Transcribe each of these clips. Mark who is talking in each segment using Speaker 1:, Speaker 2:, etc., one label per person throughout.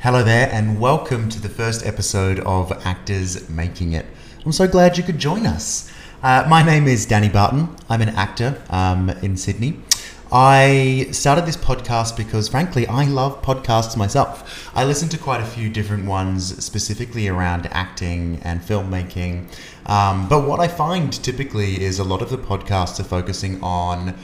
Speaker 1: Hello there, and welcome to the first episode of Actors Making It. I'm so glad you could join us. Uh, my name is Danny Barton. I'm an actor um, in Sydney. I started this podcast because, frankly, I love podcasts myself. I listen to quite a few different ones, specifically around acting and filmmaking. Um, but what I find typically is a lot of the podcasts are focusing on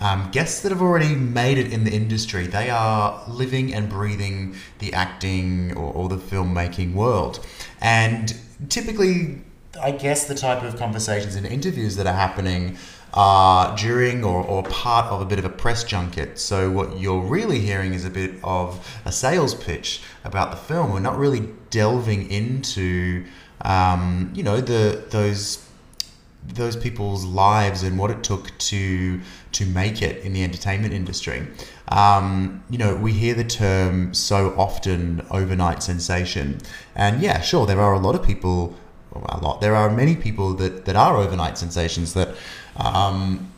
Speaker 1: um, guests that have already made it in the industry. They are living and breathing the acting or, or the filmmaking world. And typically, I guess the type of conversations and interviews that are happening are during or, or part of a bit of a press junket. So, what you're really hearing is a bit of a sales pitch about the film. We're not really delving into, um, you know, the those those people's lives and what it took to to make it in the entertainment industry. Um, you know, we hear the term so often, overnight sensation, and yeah, sure, there are a lot of people, well, a lot. There are many people that that are overnight sensations that. Um,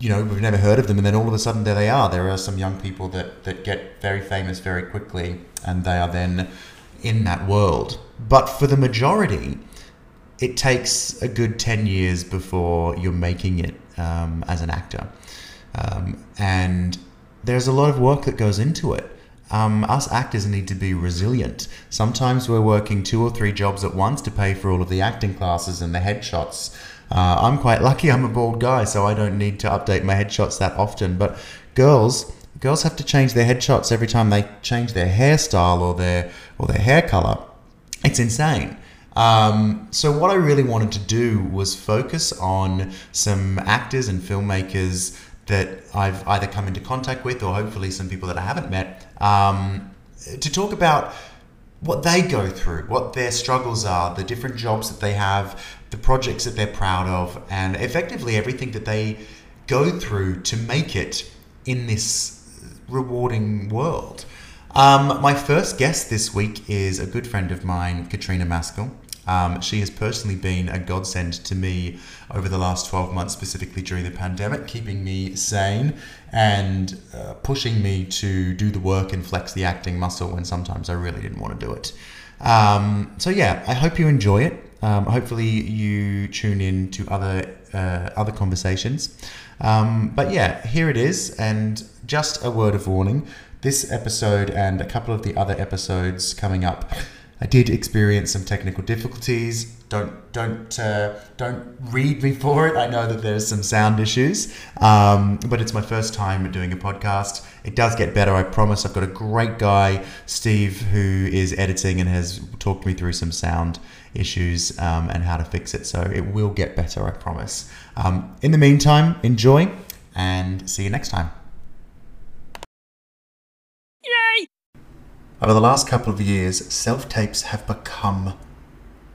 Speaker 1: you know, we've never heard of them, and then all of a sudden, there they are. There are some young people that, that get very famous very quickly, and they are then in that world. But for the majority, it takes a good 10 years before you're making it um, as an actor. Um, and there's a lot of work that goes into it. Um, us actors need to be resilient. Sometimes we're working two or three jobs at once to pay for all of the acting classes and the headshots. Uh, I'm quite lucky I'm a bald guy, so I don't need to update my headshots that often. But girls, girls have to change their headshots every time they change their hairstyle or their or their hair color. It's insane. Um, so, what I really wanted to do was focus on some actors and filmmakers that I've either come into contact with or hopefully some people that I haven't met um, to talk about what they go through, what their struggles are, the different jobs that they have, the projects that they're proud of, and effectively everything that they go through to make it in this rewarding world. Um, my first guest this week is a good friend of mine, Katrina Maskell. Um, she has personally been a godsend to me over the last 12 months, specifically during the pandemic, keeping me sane and uh, pushing me to do the work and flex the acting muscle when sometimes I really didn't want to do it. Um, so, yeah, I hope you enjoy it. Um, hopefully, you tune in to other, uh, other conversations. Um, but, yeah, here it is. And just a word of warning this episode and a couple of the other episodes coming up. I did experience some technical difficulties. Don't don't uh, don't read me for it. I know that there's some sound issues, um, but it's my first time doing a podcast. It does get better, I promise. I've got a great guy, Steve, who is editing and has talked me through some sound issues um, and how to fix it. So it will get better, I promise. Um, in the meantime, enjoy and see you next time. Over the last couple of years, self tapes have become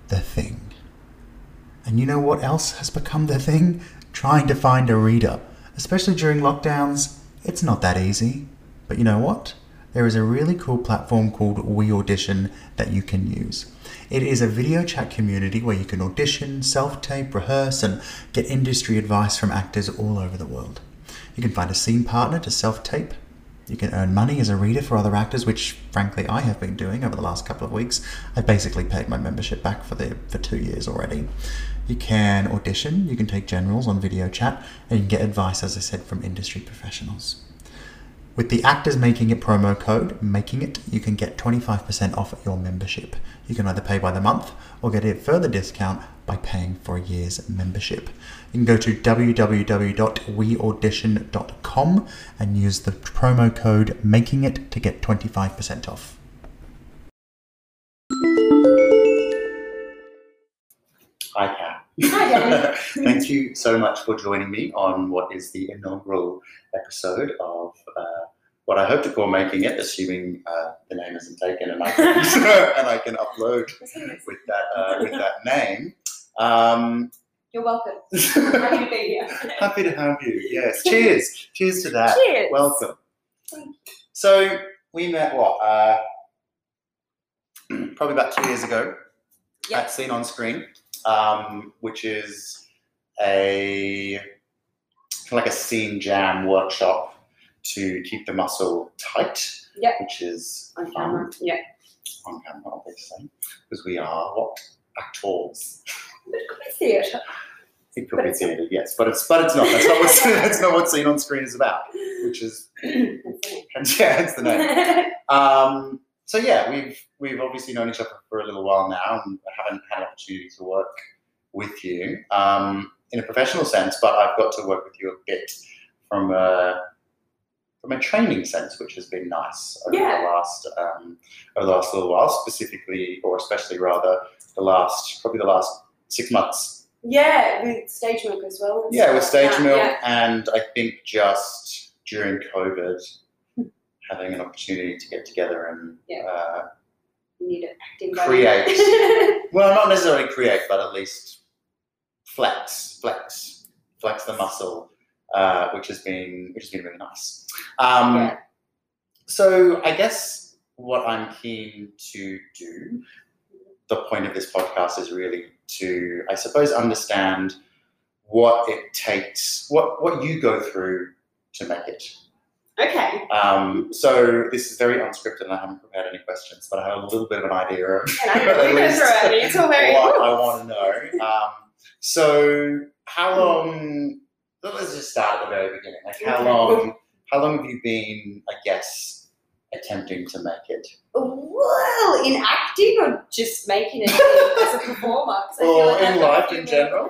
Speaker 1: the thing. And you know what else has become the thing? Trying to find a reader. Especially during lockdowns, it's not that easy. But you know what? There is a really cool platform called We Audition that you can use. It is a video chat community where you can audition, self tape, rehearse, and get industry advice from actors all over the world. You can find a scene partner to self tape, you can earn money as a reader for other actors, which frankly I have been doing over the last couple of weeks. I've basically paid my membership back for the for two years already. You can audition, you can take generals on video chat, and you can get advice, as I said, from industry professionals. With the Actors Making It promo code, Making It, you can get 25% off your membership. You can either pay by the month or get a further discount by paying for a year's membership. You can go to www.weaudition.com and use the promo code Making It to get 25% off. Hi, Kat.
Speaker 2: Hi, Danny.
Speaker 1: Thank you so much for joining me on what is the inaugural episode of uh, what I hope to call Making It, assuming uh, the name isn't taken and I can, and I can upload with that, uh, with that name. Um,
Speaker 2: You're welcome. Happy
Speaker 1: happy
Speaker 2: to be here.
Speaker 1: to have you, yes. Cheers. Cheers to that.
Speaker 2: Cheers.
Speaker 1: Welcome.
Speaker 2: Thank
Speaker 1: So we met, what, uh, probably about two years ago
Speaker 2: Yeah.
Speaker 1: at Seen on Screen, um, which is a kind of like a scene jam workshop to keep the muscle tight,
Speaker 2: Yeah.
Speaker 1: which is
Speaker 3: um,
Speaker 2: On camera. Yeah.
Speaker 3: on camera, obviously, because we are what actors.
Speaker 2: But it could be theatre.
Speaker 3: It could be theatre, yes, but it's but it's not. That's not what's that's not what seen on screen is about, which is yeah, it's the name. Um, so yeah, we've we've obviously known each other for a little while now, and I haven't had an opportunity to work with you um, in a professional sense, but I've got to work with you a bit from a from a training sense, which has been nice over
Speaker 2: Yeah.
Speaker 3: the last um, over the last little while, specifically or especially rather the last probably the last six months
Speaker 2: yeah, with stage work as well. and
Speaker 3: yeah, with
Speaker 2: stuff like
Speaker 3: stage mill,
Speaker 2: that, yeah.
Speaker 3: and I think just during COVID, having an opportunity to get together and
Speaker 2: Yeah.
Speaker 3: uh,
Speaker 2: You need an acting
Speaker 3: Create. well, not necessarily create, but at least flex, flex, flex the muscle, uh, which has been which has been really nice. Um,
Speaker 2: Yeah.
Speaker 3: So I guess what I'm keen to do, the point of this podcast is really to, I suppose, understand what it takes, what what you go through to make it.
Speaker 2: okay,
Speaker 3: Um, so this is very unscripted, and I haven't prepared any questions, but I have a little bit of an idea of
Speaker 2: and I can go through it. and It's all very
Speaker 3: what I want to know. Um, so, how long? well, Let's just start at the very beginning. Like, how
Speaker 2: Okay.
Speaker 3: long? How long have you been? I guess attempting to make it.
Speaker 2: well in acting or just making it as a performer. 'Cause I feel
Speaker 3: Or
Speaker 2: like I've
Speaker 3: in
Speaker 2: got a
Speaker 3: life
Speaker 2: few
Speaker 3: in
Speaker 2: little-
Speaker 3: general.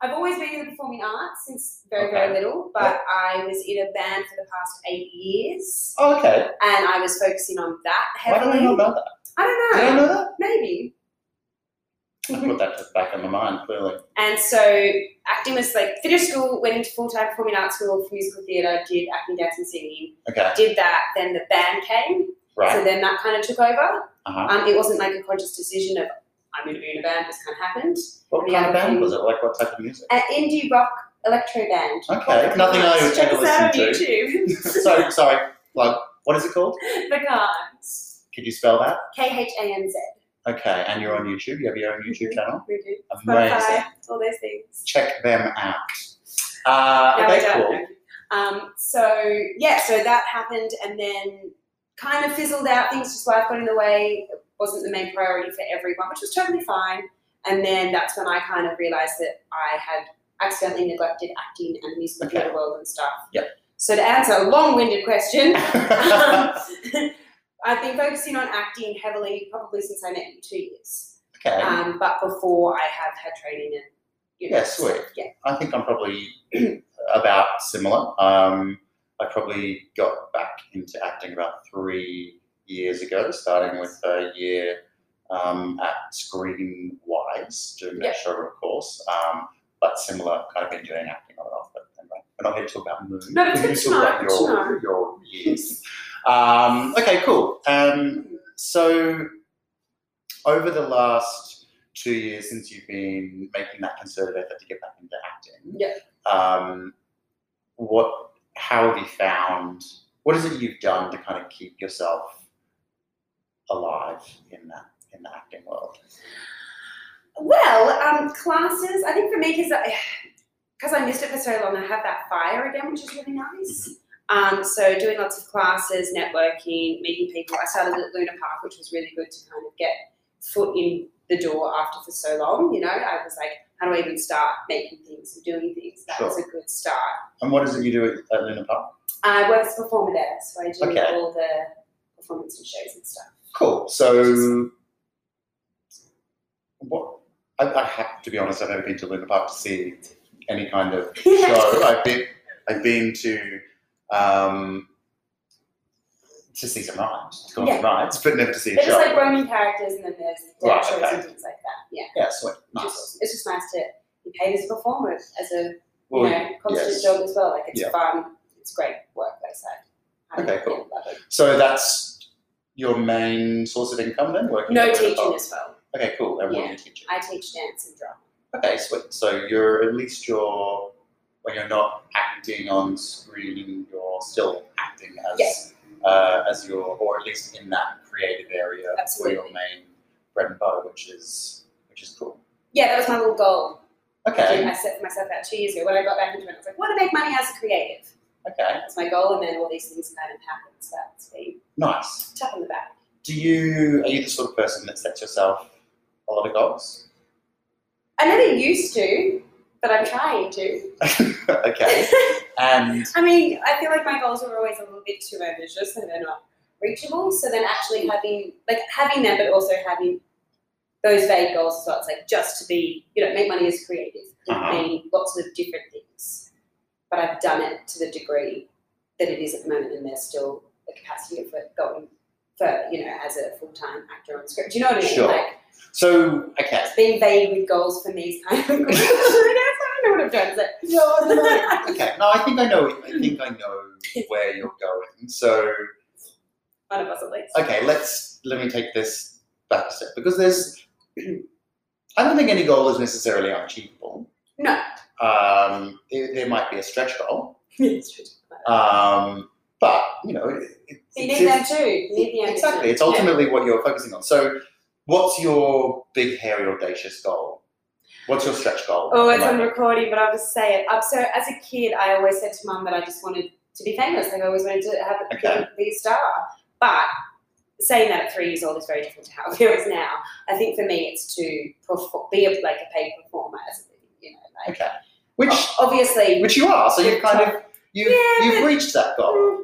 Speaker 2: I've always been in the performing arts since very,
Speaker 3: Okay.
Speaker 2: very little, but I was in a band for the past eight years
Speaker 3: Oh, okay.
Speaker 2: and I was focusing on that
Speaker 3: Why do I
Speaker 2: heavily.
Speaker 3: know about that?
Speaker 2: I don't know.
Speaker 3: Did I know that?
Speaker 2: Maybe.
Speaker 3: I put that to the back of my mind clearly.
Speaker 2: and so acting was like finished school, went into full time performing arts school for musical theatre, did acting, dance, and singing.
Speaker 3: Okay.
Speaker 2: Did that, then the band came,
Speaker 3: Right.
Speaker 2: so then that kind of took over.
Speaker 3: Uh-huh.
Speaker 2: Um, it wasn't like a conscious decision of I'm going to be in a band. This kind of happened.
Speaker 3: What
Speaker 2: yeah,
Speaker 3: kind of band
Speaker 2: okay.
Speaker 3: was it? Like what type of music?
Speaker 2: An indie rock electro band. Oh,
Speaker 3: Okay. Nothing I would
Speaker 2: Check
Speaker 3: ever
Speaker 2: us out on
Speaker 3: listen to.
Speaker 2: YouTube.
Speaker 3: so sorry. Like what is it called?
Speaker 2: the Guns.
Speaker 3: Could you spell that?
Speaker 2: K H A N Z.
Speaker 3: Okay. And you're on YouTube. You have your own YouTube channel.
Speaker 2: We do.
Speaker 3: Amazing.
Speaker 2: Mm-hmm. Spotify, all those things.
Speaker 3: check them out. Uh,
Speaker 2: No, I
Speaker 3: okay,
Speaker 2: don't
Speaker 3: cool.
Speaker 2: know. Um, so yeah, so that happened, and then kind of fizzled out. Things just life got in the way. It wasn't the main priority for everyone, which was totally fine. And then that's when I kind of realized that I had accidentally neglected acting and the musical
Speaker 3: Okay.
Speaker 2: theatre world and stuff.
Speaker 3: Yep.
Speaker 2: So to answer a long-winded question, um,
Speaker 3: okay.
Speaker 2: I've been focusing on acting heavily probably since I met you two years. Um, but before I have had training and you know,
Speaker 3: Yeah, sweet.
Speaker 2: Yeah.
Speaker 3: I think I'm probably about similar. Um, I probably got back into acting about three years ago, starting with a year um, at Screenwise, doing that show, of course. Um, but similar, kind of been doing acting on and off. But anyway, we're not here to talk about movies.
Speaker 2: No, but it's
Speaker 3: We're
Speaker 2: good
Speaker 3: here
Speaker 2: to
Speaker 3: talk
Speaker 2: know,
Speaker 3: about
Speaker 2: good to
Speaker 3: your, your years. Um, okay, cool. Um, so, over the last two years since you've been making that concerted effort to get back into acting,
Speaker 2: Yeah.
Speaker 3: um, what, how have you found, what is it you've done to kind of keep yourself alive in that, in the acting world?
Speaker 2: Well, um, classes. I think for me, because I, because I missed it for so long, I have that fire again, which is really nice. Um, so doing lots of classes, networking, meeting people. I started at Luna Park, which was really good to kind of get foot in the door after for so long. You know, I was like, how do I even start making things and doing things? That was a good start.
Speaker 3: And what is it you do at, at Luna Park?
Speaker 2: I work as a performer there, so I do
Speaker 3: Okay.
Speaker 2: all the performance and shows and stuff.
Speaker 3: Cool. So, what, I, I have to be honest, I've never been to Luna Park to see any kind of so I've been I've been to um to see some rides, to go on some rides, but never to see a
Speaker 2: They're
Speaker 3: show.
Speaker 2: just like roaming characters, and then there's
Speaker 3: Right,
Speaker 2: shows
Speaker 3: okay.
Speaker 2: and things like that. Yeah.
Speaker 3: yeah, sweet, nice.
Speaker 2: just, it's just nice to be paid as a performer, as a you
Speaker 3: well,
Speaker 2: know, constant
Speaker 3: yes.
Speaker 2: job as well. Like it's
Speaker 3: Yeah.
Speaker 2: fun, it's great workplace. I, I
Speaker 3: Okay, cool.
Speaker 2: yeah, love it.
Speaker 3: so that's your main source of income then, working.
Speaker 2: No
Speaker 3: at Luna
Speaker 2: teaching
Speaker 3: Park?
Speaker 2: as well.
Speaker 3: Okay, cool. And what
Speaker 2: Yeah.
Speaker 3: do you teach?
Speaker 2: I teach dance and drama.
Speaker 3: Okay, sweet. So you're at least you're when you're not acting on screen, you're still acting as uh, as your or at least in that creative area
Speaker 2: Absolutely.
Speaker 3: for your main bread and butter, which is which is cool.
Speaker 2: Yeah, that was my little goal.
Speaker 3: Okay,
Speaker 2: I set for myself out two years ago when I got back into it. I was like, want to make money as a creative.
Speaker 3: okay,
Speaker 2: That's my goal, and then all these things kind of happened. So that's been
Speaker 3: nice.
Speaker 2: tap on the back.
Speaker 3: Do you are you the sort of person that sets yourself a lot of goals?
Speaker 2: I never used to, but I'm trying to.
Speaker 3: okay. And
Speaker 2: I mean, I feel like my goals were always a little bit too ambitious and they're not reachable. So then actually having like having them but also having those vague goals as well. It's like just to be, you know, make money as creative. It
Speaker 3: Uh-huh.
Speaker 2: mean lots of different things. But I've done it to the degree that it is at the moment and there's still the capacity for going for, you know, as a full time actor on script. Do you know what I mean?
Speaker 3: Sure.
Speaker 2: Like
Speaker 3: so okay.
Speaker 2: being vague with goals for me is kind of I guess I don't know what I've done. It's like,
Speaker 3: No, I don't know. okay. No, I think I know. I think I know where you're going. So
Speaker 2: one of us at least.
Speaker 3: okay, let's let me take this back a step because there's. I don't think any goal is necessarily unachievable.
Speaker 2: No.
Speaker 3: Um, there, there might be a stretch goal,
Speaker 2: It's true.
Speaker 3: um, but you know, it, it
Speaker 2: You
Speaker 3: exists-
Speaker 2: need them too. You need the ambition.
Speaker 3: Exactly. It's ultimately what you're focusing on. So, what's your big, hairy, audacious goal? What's your stretch goal?
Speaker 2: Oh, it's on
Speaker 3: Like,
Speaker 2: recording, but I'll just say it. Um, so as a kid, I always said to mum that I just wanted to be famous. Like I always wanted to have a,
Speaker 3: Okay.
Speaker 2: be a star. But saying that at three years old is very different to how it feels now. I think for me, it's to perform, be a, like a paid performer. As you know, like
Speaker 3: okay. Which,
Speaker 2: obviously
Speaker 3: which you are. So you've kind of you've
Speaker 2: Yeah,
Speaker 3: you've
Speaker 2: but-
Speaker 3: reached that goal.
Speaker 2: mm,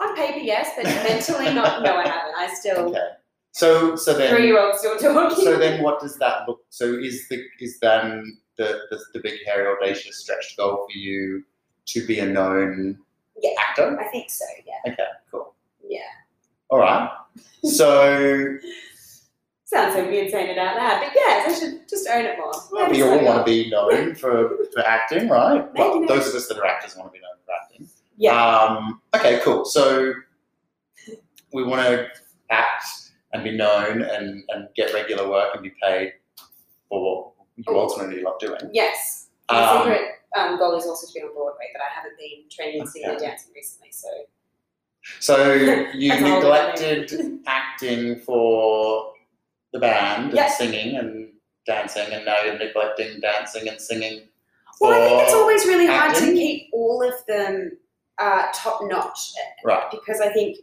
Speaker 2: on paper, yes, but mentally, not. No, I haven't. I still
Speaker 3: Okay. So so
Speaker 2: three
Speaker 3: then
Speaker 2: year old still talking.
Speaker 3: so then what does that look? So is the is then the the, the big, hairy, audacious stretch goal for you to be a known
Speaker 2: Yeah.
Speaker 3: actor?
Speaker 2: I think so. Yeah.
Speaker 3: Okay. Cool.
Speaker 2: Yeah.
Speaker 3: All right. So
Speaker 2: Sounds so weird saying it out loud, but yes, I should just own it more.
Speaker 3: Well,
Speaker 2: That
Speaker 3: we
Speaker 2: is
Speaker 3: all
Speaker 2: my
Speaker 3: want to
Speaker 2: goal.
Speaker 3: be known for, for acting, right? Well,
Speaker 2: Maybe.
Speaker 3: those of us that are actors want to be known for acting.
Speaker 2: Yeah.
Speaker 3: Um, okay, cool. So we want to act and be known and, and get regular work and be paid for what
Speaker 2: Oh.
Speaker 3: you ultimately love doing.
Speaker 2: Yes. My
Speaker 3: Um,
Speaker 2: secret um, goal is also to be on Broadway, but I haven't been training singing and dancing recently, so
Speaker 3: so you
Speaker 2: That's a whole other thing.
Speaker 3: neglected acting for the band and
Speaker 2: Yeah.
Speaker 3: singing and dancing, and now you're neglecting dancing and singing.
Speaker 2: Well, I think it's
Speaker 3: for-
Speaker 2: always really hard to
Speaker 3: acting?
Speaker 2: keep all of them uh, top notch
Speaker 3: right.
Speaker 2: because I think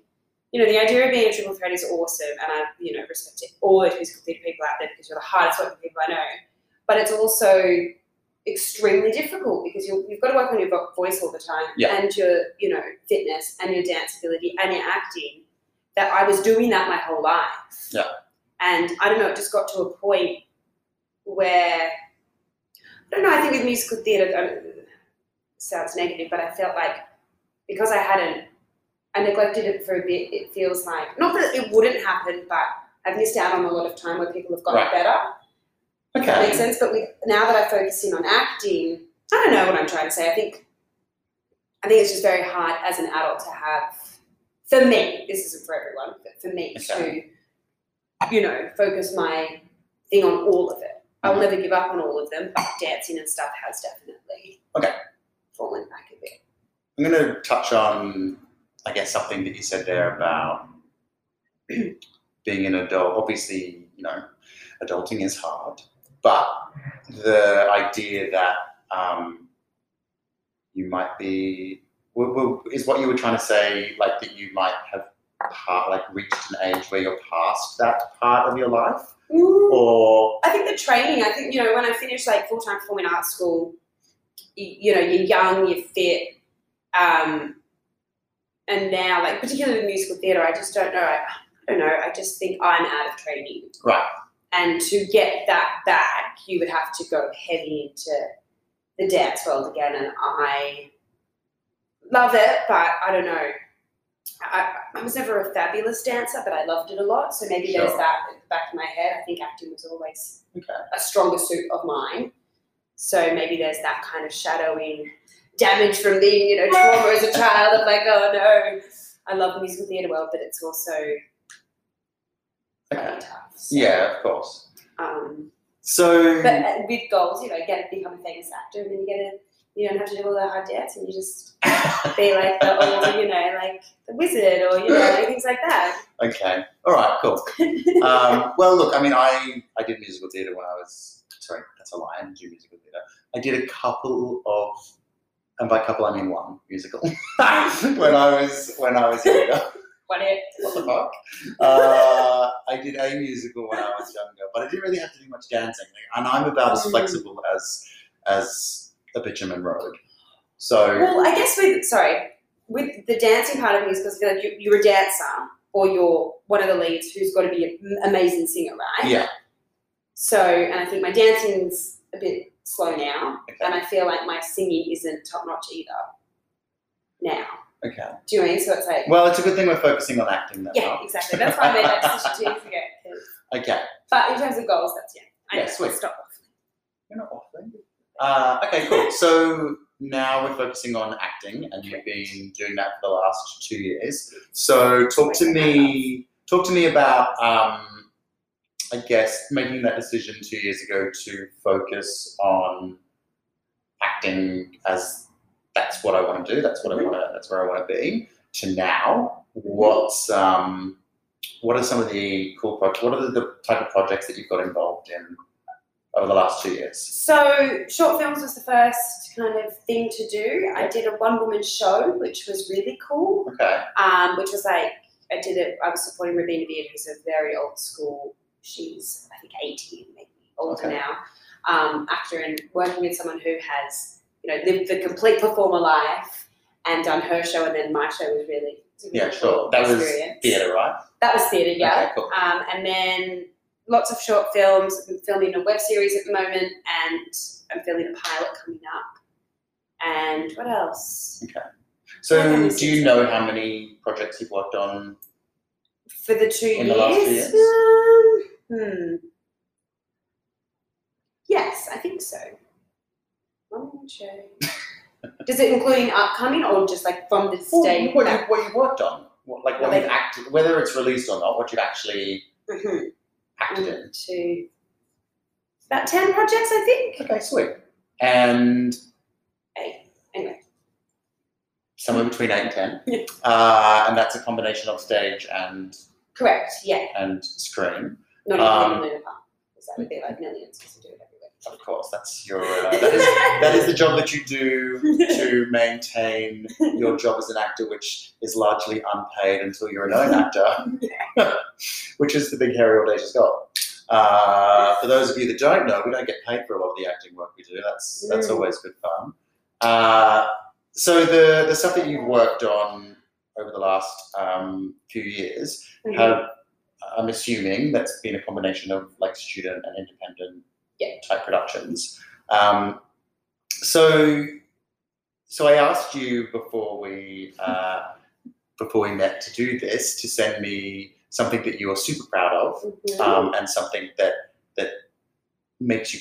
Speaker 2: you know the idea of being a triple threat is awesome, and I you know respect it all those musical theatre people out there because you're the hardest working people I know. But it's also extremely difficult because you you've got to work on your vo- voice all the time
Speaker 3: Yeah.
Speaker 2: and your you know fitness and your dance ability and your acting. That I was doing that my whole life.
Speaker 3: Yeah.
Speaker 2: And I don't know, it just got to a point where I don't know. I think with musical theatre, I don't- sounds negative, but I felt like because I hadn't, I neglected it for a bit. It feels like not that it wouldn't happen, but I've missed out on a lot of time where people have gotten
Speaker 3: Right.
Speaker 2: better. That makes
Speaker 3: Okay.
Speaker 2: sense. But with, now that I focus in on acting, I don't know what I'm trying to say. I think, I think it's just very hard as an adult to have. For me, this isn't for everyone, but for me
Speaker 3: Okay.
Speaker 2: to, you know, focus my thing on all of it. I'll
Speaker 3: Mhm.
Speaker 2: never give up on all of them, but dancing and stuff has definitely
Speaker 3: Okay.
Speaker 2: fallen back a bit.
Speaker 3: I'm going to touch on, I guess, something that you said there about being an adult. Obviously, you know, adulting is hard, but the idea that um, you might be w- w- is what you were trying to say, like that you might have part, like reached an age where you're past that part of your life, or
Speaker 2: I think the training, I think, you know, when I finished like full time performing arts school, you, you know, you're young, you're fit. Um, and now, like, particularly with musical theatre, I just don't know. I, I don't know. I just think I'm out of training.
Speaker 3: Right.
Speaker 2: And to get that back, you would have to go heavy into the dance world again. And I love it, but I don't know. I, I was never a fabulous dancer, but I loved it a lot. So maybe
Speaker 3: Sure.
Speaker 2: there's that at the back of my head. I think acting was always
Speaker 3: okay.
Speaker 2: a stronger suit of mine. So maybe there's that kind of shadowing damage from being, you know, trauma as a child of like, oh no, I love the musical theatre world, but it's also
Speaker 3: okay,
Speaker 2: really tough. So,
Speaker 3: yeah, Mm-hmm. of course.
Speaker 2: Um,
Speaker 3: So
Speaker 2: but uh, with goals, you know, get become a famous actor, and then you get a, you don't have to do all the hard dance, and you just be like the old, you know, like the wizard, or you know, like things like that.
Speaker 3: Okay. All right. Cool. Um, well, look. I mean, I I did musical theatre when I was sorry. That's a lie. I didn't do musical theatre. I did a couple of, and by couple I mean one musical when I was when I was younger.
Speaker 2: What it?
Speaker 3: what the fuck? Uh, I did a musical when I was younger, but I didn't really have to do much dancing. And I'm about as flexible as as a bitumen road. So
Speaker 2: Well, I guess with sorry with the dancing part of musicals, I feel like you, you're a dancer or you're one of the leads who's got to be an amazing singer, right?
Speaker 3: yeah,
Speaker 2: So, and I think my dancing's a bit slow now,
Speaker 3: Okay.
Speaker 2: and I feel like my singing isn't top notch either. Now,
Speaker 3: okay.
Speaker 2: do you know what I mean? So it's like,
Speaker 3: Well, it's a good thing we're focusing on acting then.
Speaker 2: yeah,
Speaker 3: huh?
Speaker 2: exactly. That's why I made that decision two years ago. 'cause-
Speaker 3: Okay,
Speaker 2: But in terms of goals, that's yeah. I
Speaker 3: Yeah,
Speaker 2: know,
Speaker 3: sweet.
Speaker 2: Stop off.
Speaker 3: you're not waffling. Uh, okay, cool. So now we're focusing on acting, and you've been doing that for the last two years. So talk to me. Talk to me about, um, I guess, making that decision two years ago to focus on acting as that's what I want to do. That's what I want to. That's where I want to be. To now, what's um, what are some of the cool projects? What are the, the type of projects that you've got involved in over the last two years?
Speaker 2: So, short films was the first kind of thing to do. I did a one woman show, which was really cool.
Speaker 3: Okay.
Speaker 2: um, which was like I did it. I was supporting Rabina Beard, who's a very old school. She's I think eighty, maybe older
Speaker 3: Okay.
Speaker 2: now. Um, actor and working with someone who has you know lived the complete performer life and done her show, and then my show was really it was a
Speaker 3: Yeah,
Speaker 2: really
Speaker 3: sure.
Speaker 2: cool
Speaker 3: That was
Speaker 2: experience.
Speaker 3: theatre, right?
Speaker 2: That was theatre, yeah.
Speaker 3: Okay, cool.
Speaker 2: Um, and then lots of short films. I'm filming a web series at the moment, and I'm filming a pilot coming up. And what else?
Speaker 3: So, do you know how many projects you've worked on?
Speaker 2: For the two
Speaker 3: In
Speaker 2: years?
Speaker 3: the last two years?
Speaker 2: Um, hmm. Yes, I think so. One more show. Does it including upcoming or just like from this day?
Speaker 3: what, you,
Speaker 2: back?
Speaker 3: what you've worked on, what, like what
Speaker 2: Well,
Speaker 3: you've acted, whether it's released or not, what you've actually
Speaker 2: Mhm.
Speaker 3: acted in.
Speaker 2: One, two. About 10 projects, I think.
Speaker 3: Okay, sweet. And
Speaker 2: Eight. Anyway.
Speaker 3: somewhere between eight and ten,
Speaker 2: Yeah.
Speaker 3: uh, and that's a combination of stage and
Speaker 2: Correct, yeah.
Speaker 3: and screen.
Speaker 2: Not
Speaker 3: Um,
Speaker 2: even Luna Park. Because that would be like millions because I do it everywhere.
Speaker 3: Of course, that's your uh, that is that is the job that you do to maintain your job as an actor, which is largely unpaid until you're a known actor, which is the big hairy audacious goal. Uh, for those of you that don't know, we don't get paid for a lot of the acting work we do. That's that's
Speaker 2: Mm.
Speaker 3: always good fun. Uh, so the the stuff that you've worked on over the last um, few years, have I'm assuming that's been a combination of like student and independent
Speaker 2: Yeah.
Speaker 3: type productions. Um, so, so I asked you before we uh, before we met to do this to send me something that you are super proud of
Speaker 2: Mhm.
Speaker 3: um, and something that that makes you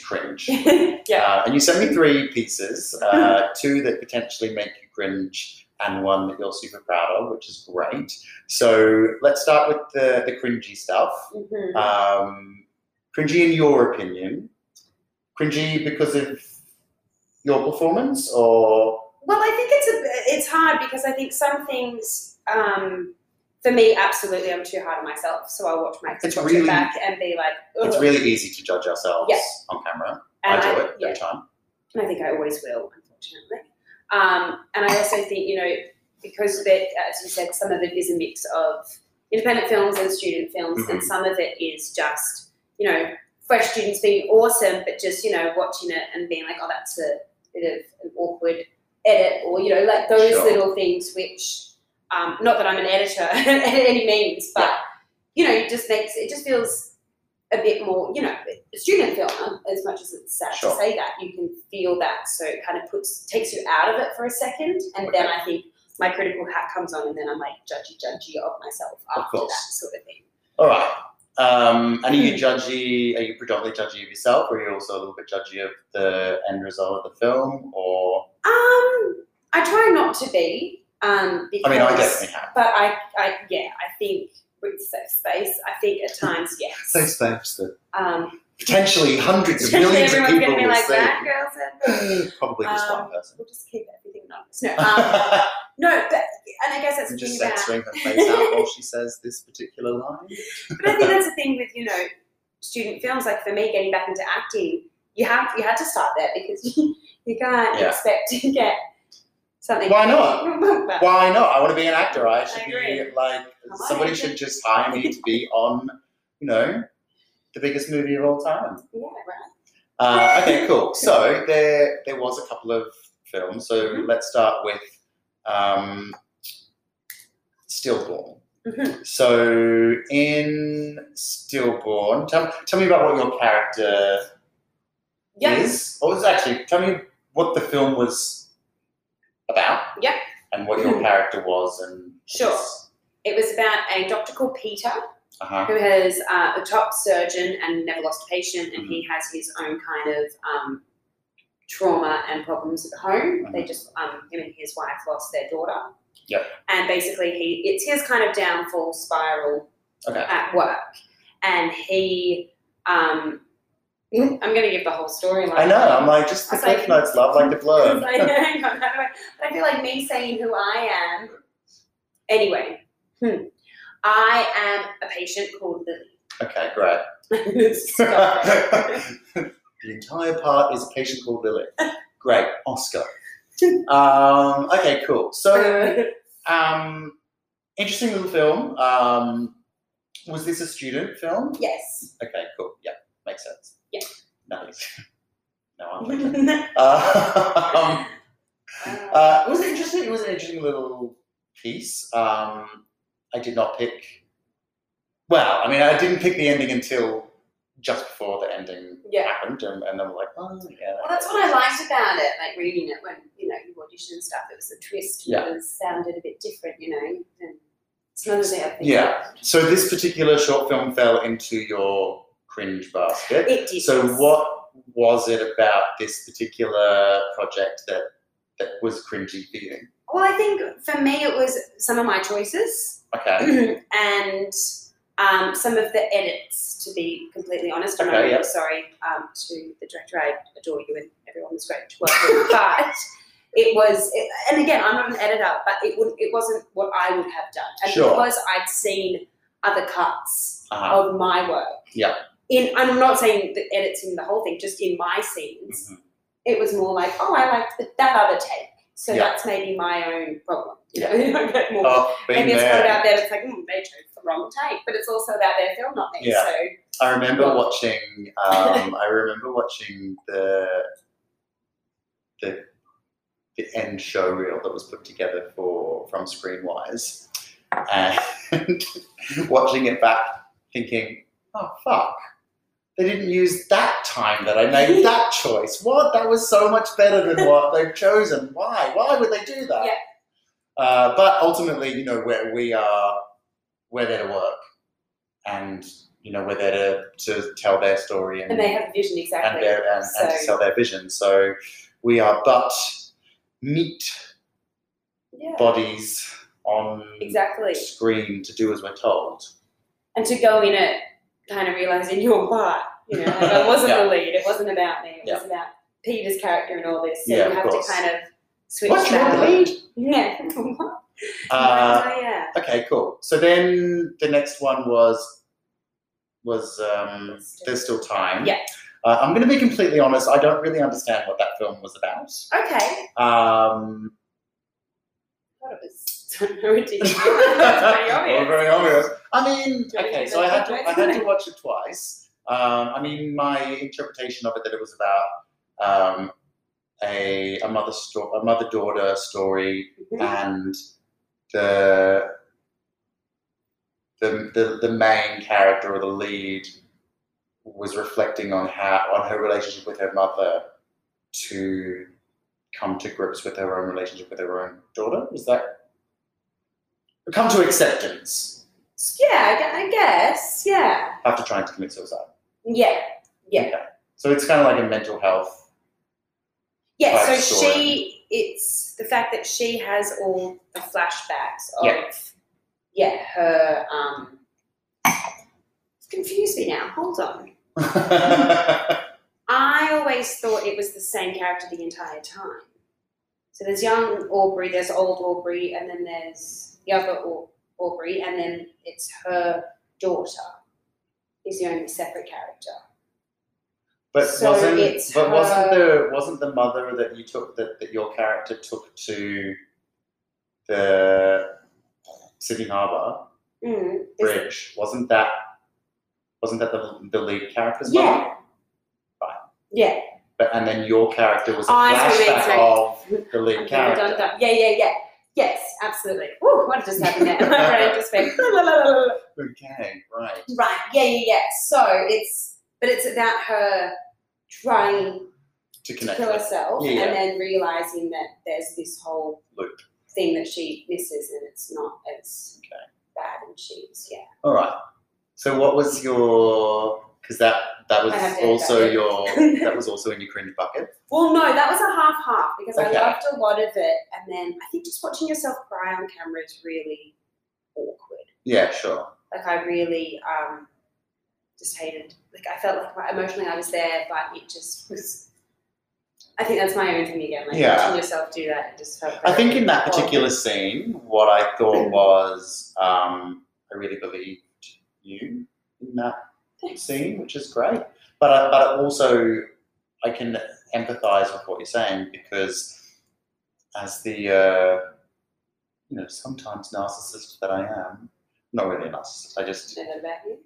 Speaker 3: cringe.
Speaker 2: yeah.
Speaker 3: Uh, and you sent me three pieces, uh, two that potentially make you cringe and one that you're super proud of, which is great. So let's start with the, the cringy stuff.
Speaker 2: Mhm.
Speaker 3: Um, cringy in your opinion, cringy because of your performance or
Speaker 2: Well, I think it's a, it's hard because I think some things um, for me, absolutely, I'm too hard on myself. So I'll watch my
Speaker 3: It's
Speaker 2: watch
Speaker 3: really-
Speaker 2: it back and be like, Ugh.
Speaker 3: it's really easy to judge ourselves
Speaker 2: Yeah.
Speaker 3: on camera.
Speaker 2: and
Speaker 3: I do it
Speaker 2: yeah,
Speaker 3: every time.
Speaker 2: and I think I always will, unfortunately. Um, and I also think you know because that, as you said, some of it is a mix of independent films and student films, and
Speaker 3: Mhm.
Speaker 2: some of it is just you know fresh students being awesome, but just you know watching it and being like, oh, that's a bit of an awkward edit, or you know like those
Speaker 3: Sure.
Speaker 2: little things which, um, not that I'm an editor at any means, but you know, it just makes it just feels a bit more, you know, a student film. um, As much as it's sad
Speaker 3: Sure.
Speaker 2: to say that, you can feel that, so it kind of puts takes you out of it for a second, and then I think my critical hat comes on, and then I'm like judgy, judgy of myself
Speaker 3: Of
Speaker 2: after
Speaker 3: course.
Speaker 2: that sort of thing.
Speaker 3: All right. Um, and are you judgy? Are you predominantly judgy of yourself, or are you also a little bit judgy of the end result of the film? Or
Speaker 2: Um, I try not to be. Um, because
Speaker 3: I mean, I definitely have.
Speaker 2: But I, I, yeah, I think with safe space, I think at times, yes.
Speaker 3: Safe space that
Speaker 2: um,
Speaker 3: potentially hundreds of
Speaker 2: especially
Speaker 3: millions of
Speaker 2: everyone's
Speaker 3: people
Speaker 2: gonna be
Speaker 3: will
Speaker 2: like that,
Speaker 3: see.
Speaker 2: girls. And
Speaker 3: Probably just
Speaker 2: Um,
Speaker 3: one person.
Speaker 2: we'll just keep everything anonymous. No, um, no, but, and I guess that's
Speaker 3: I'm
Speaker 2: the
Speaker 3: just
Speaker 2: thing about.
Speaker 3: censoring her face out while she says this particular line.
Speaker 2: But I think that's the thing with you know student films. Like for me, getting back into acting, you have you had to start there because you, you can't
Speaker 3: Yeah.
Speaker 2: expect to get something.
Speaker 3: Why not?
Speaker 2: Well,
Speaker 3: Why not? I want to be an actor. I should
Speaker 2: I
Speaker 3: be
Speaker 2: agree.
Speaker 3: like
Speaker 2: on,
Speaker 3: somebody
Speaker 2: I
Speaker 3: should
Speaker 2: think-
Speaker 3: just hire me to be on, you know, the biggest movie of all time.
Speaker 2: yeah, right.
Speaker 3: Uh, okay, cool. So there there was a couple of films. So
Speaker 2: Mm-hmm.
Speaker 3: let's start with um, Stillborn.
Speaker 2: Mhm.
Speaker 3: So in Stillborn, tell, tell me about what your character
Speaker 2: Yeah.
Speaker 3: is. Or was actually tell me what the film was about.
Speaker 2: Yeah.
Speaker 3: And what your
Speaker 2: Mhm.
Speaker 3: character was and
Speaker 2: Sure. It was about a doctor called Peter
Speaker 3: Uh-huh.
Speaker 2: who has uh, a top surgeon and never lost a patient, and
Speaker 3: Mm-hmm.
Speaker 2: he has his own kind of um, trauma and problems at home. They just um, him and his wife lost their daughter.
Speaker 3: Mm-hmm. Yep.
Speaker 2: And basically, he it's his kind of downfall spiral
Speaker 3: Okay.
Speaker 2: at work, and he. Um, I'm going to give the whole story.
Speaker 3: I know, I'm like just the
Speaker 2: It's like-
Speaker 3: cliff notes, love, like the blurb.
Speaker 2: I know, I know, but I feel like me saying who I am. Anyway, hmm. I am a patient called Lily.
Speaker 3: Okay, great.
Speaker 2: Stop it.
Speaker 3: the entire part is a patient called Lily. Great, Oscar. Um, okay, cool. So, um, interesting little film. Um, was this a student film?
Speaker 2: yes.
Speaker 3: Okay, cool. Yeah, makes sense.
Speaker 2: Yeah.
Speaker 3: Nice. no, I'm like
Speaker 2: Uh,
Speaker 3: that. um, uh, it was interesting. It was an interesting little piece. Um, I did not pick. Well, I mean, I didn't pick the ending until just before the ending
Speaker 2: Yeah.
Speaker 3: happened, and, and then we're like, oh yeah.
Speaker 2: well, that's what I liked about it, like reading it when you know you audition and stuff. It was a twist.
Speaker 3: Yeah.
Speaker 2: It was, sounded a bit different, you know. And it's not as out
Speaker 3: Yeah. So this particular short film fell into your cringe basket.
Speaker 2: It did.
Speaker 3: So what was it about this particular project that that was cringy for you?
Speaker 2: Well, I think for me it was some of my choices. Mm-hmm.
Speaker 3: Okay.
Speaker 2: and um, some of the edits, to be completely honest. I'm
Speaker 3: Okay,
Speaker 2: really
Speaker 3: yeah.
Speaker 2: sorry um, to the director. I adore you and everyone was great to work with. but it was, it, and again, I'm not an editor, but it, would, it wasn't what I would have done. And
Speaker 3: Sure.
Speaker 2: because I'd seen other cuts
Speaker 3: Uh-huh.
Speaker 2: of my work.
Speaker 3: Yeah.
Speaker 2: In, I'm not saying that editing the whole thing, just in my scenes,
Speaker 3: Mhm.
Speaker 2: it was more like, oh, I liked th- that other take. So
Speaker 3: Yeah.
Speaker 2: that's maybe my own problem. You know, I get more
Speaker 3: Oh, been
Speaker 2: Maybe it's
Speaker 3: there.
Speaker 2: got it out there. It's like mm, they chose the wrong take, but it's also about their film, not me.
Speaker 3: Yeah.
Speaker 2: So
Speaker 3: I remember watching. Um, I remember watching the the the end show reel that was put together for from Screenwise, and watching it back, thinking, "Oh fuck." They didn't use that time that I made that choice. What? That was so much better than what they've chosen. Why? Why would they do that?
Speaker 2: Yeah.
Speaker 3: Uh, but ultimately, you know, where we are, we're there to work, and you know, we're there to, to tell their story and
Speaker 2: and they have a vision
Speaker 3: and,
Speaker 2: exactly.
Speaker 3: their, and, and to
Speaker 2: So-
Speaker 3: sell their vision. So we are but meat
Speaker 2: yeah,
Speaker 3: bodies on
Speaker 2: exactly.
Speaker 3: screen to do as we're told.
Speaker 2: And to go in it, kind of realizing your part. You know, like I wasn't
Speaker 3: Yeah.
Speaker 2: the lead. It wasn't about me. It
Speaker 3: Yeah,
Speaker 2: was about Peter's character and all this. So
Speaker 3: Yeah,
Speaker 2: you
Speaker 3: of
Speaker 2: have
Speaker 3: course.
Speaker 2: to kind of switch
Speaker 3: What's
Speaker 2: that.
Speaker 3: your lead?
Speaker 2: Yeah.
Speaker 3: Uh,
Speaker 2: Oh, yeah.
Speaker 3: okay, cool. So then the next one was was um, there's still time.
Speaker 2: Yeah.
Speaker 3: Uh, I'm going to be completely honest. I don't really understand what that film was about.
Speaker 2: Okay.
Speaker 3: Um,
Speaker 2: I thought it was ridiculous. That's pretty
Speaker 3: Well,
Speaker 2: obvious.
Speaker 3: very obvious. I mean,
Speaker 2: Do you
Speaker 3: okay,
Speaker 2: think
Speaker 3: so I had
Speaker 2: that's
Speaker 3: to I
Speaker 2: right?
Speaker 3: had to watch it twice. Um, I mean, my interpretation of it that it was about um, a a mother sto- a mother daughter story
Speaker 2: Mhm.
Speaker 3: and the the, the the main character or the lead was reflecting on how on her relationship with her mother to come to grips with her own relationship with her own daughter. Is that come to acceptance
Speaker 2: Yeah, I gue- I guess. Yeah.
Speaker 3: after trying to commit suicide?
Speaker 2: Yeah. Yeah.
Speaker 3: Okay. So it's kind of like a mental health.
Speaker 2: Yeah, so
Speaker 3: Like story.
Speaker 2: she it's the fact that she has all the flashbacks of
Speaker 3: Yeah.
Speaker 2: yeah, her um it's confused me now. Hold on. I always thought it was the same character the entire time. So there's young Aubrey, there's old Aubrey, and then there's the other Au- Aubrey, and then it's her daughter is the only separate character.
Speaker 3: But
Speaker 2: So
Speaker 3: wasn't
Speaker 2: it's
Speaker 3: but wasn't
Speaker 2: her-
Speaker 3: the wasn't the mother that you took that, that your character took to the Sydney Harbour
Speaker 2: Mm, is-
Speaker 3: bridge? Wasn't that wasn't that the, the lead character's mother?
Speaker 2: yeah.
Speaker 3: Right.
Speaker 2: Yeah.
Speaker 3: But and then your character was a
Speaker 2: Oh, I see what you mean,
Speaker 3: flashback
Speaker 2: sorry.
Speaker 3: of the lead
Speaker 2: Okay,
Speaker 3: character.
Speaker 2: dun, dun. Yeah, yeah, yeah. Yes, absolutely. Ooh, what just happened there? My brain just went. la, la, la, la, la.
Speaker 3: Okay, right.
Speaker 2: Right. Yeah, yeah, yeah. So it's, but it's about her trying
Speaker 3: To
Speaker 2: to
Speaker 3: connect
Speaker 2: kill
Speaker 3: with
Speaker 2: herself
Speaker 3: Yeah, yeah.
Speaker 2: and then realizing that there's this whole
Speaker 3: Loop.
Speaker 2: thing that she misses and it's not as
Speaker 3: Okay.
Speaker 2: bad and she's yeah.
Speaker 3: All right. So what was your? Because that that was
Speaker 2: I have to edit
Speaker 3: also
Speaker 2: that.
Speaker 3: your that was also in your cringe bucket.
Speaker 2: Well, no, that was a half half because
Speaker 3: Okay.
Speaker 2: I loved a lot of it, and then I think just watching yourself cry on camera is really awkward.
Speaker 3: Yeah, sure.
Speaker 2: Like I really um, just hated. Like I felt like my- emotionally I was there, but it just was. I think that's my own thing again. Like
Speaker 3: Yeah.
Speaker 2: watching yourself do that, it just felt.
Speaker 3: I think in that
Speaker 2: very
Speaker 3: particular scene, what I thought was um, I really believed you in that
Speaker 2: awkward.
Speaker 3: scene, which is great. But I, but I also I can empathise with what you're saying because as the uh, you know sometimes narcissist that I am, not really a narcissist. I
Speaker 2: Do
Speaker 3: just
Speaker 2: you know that about you?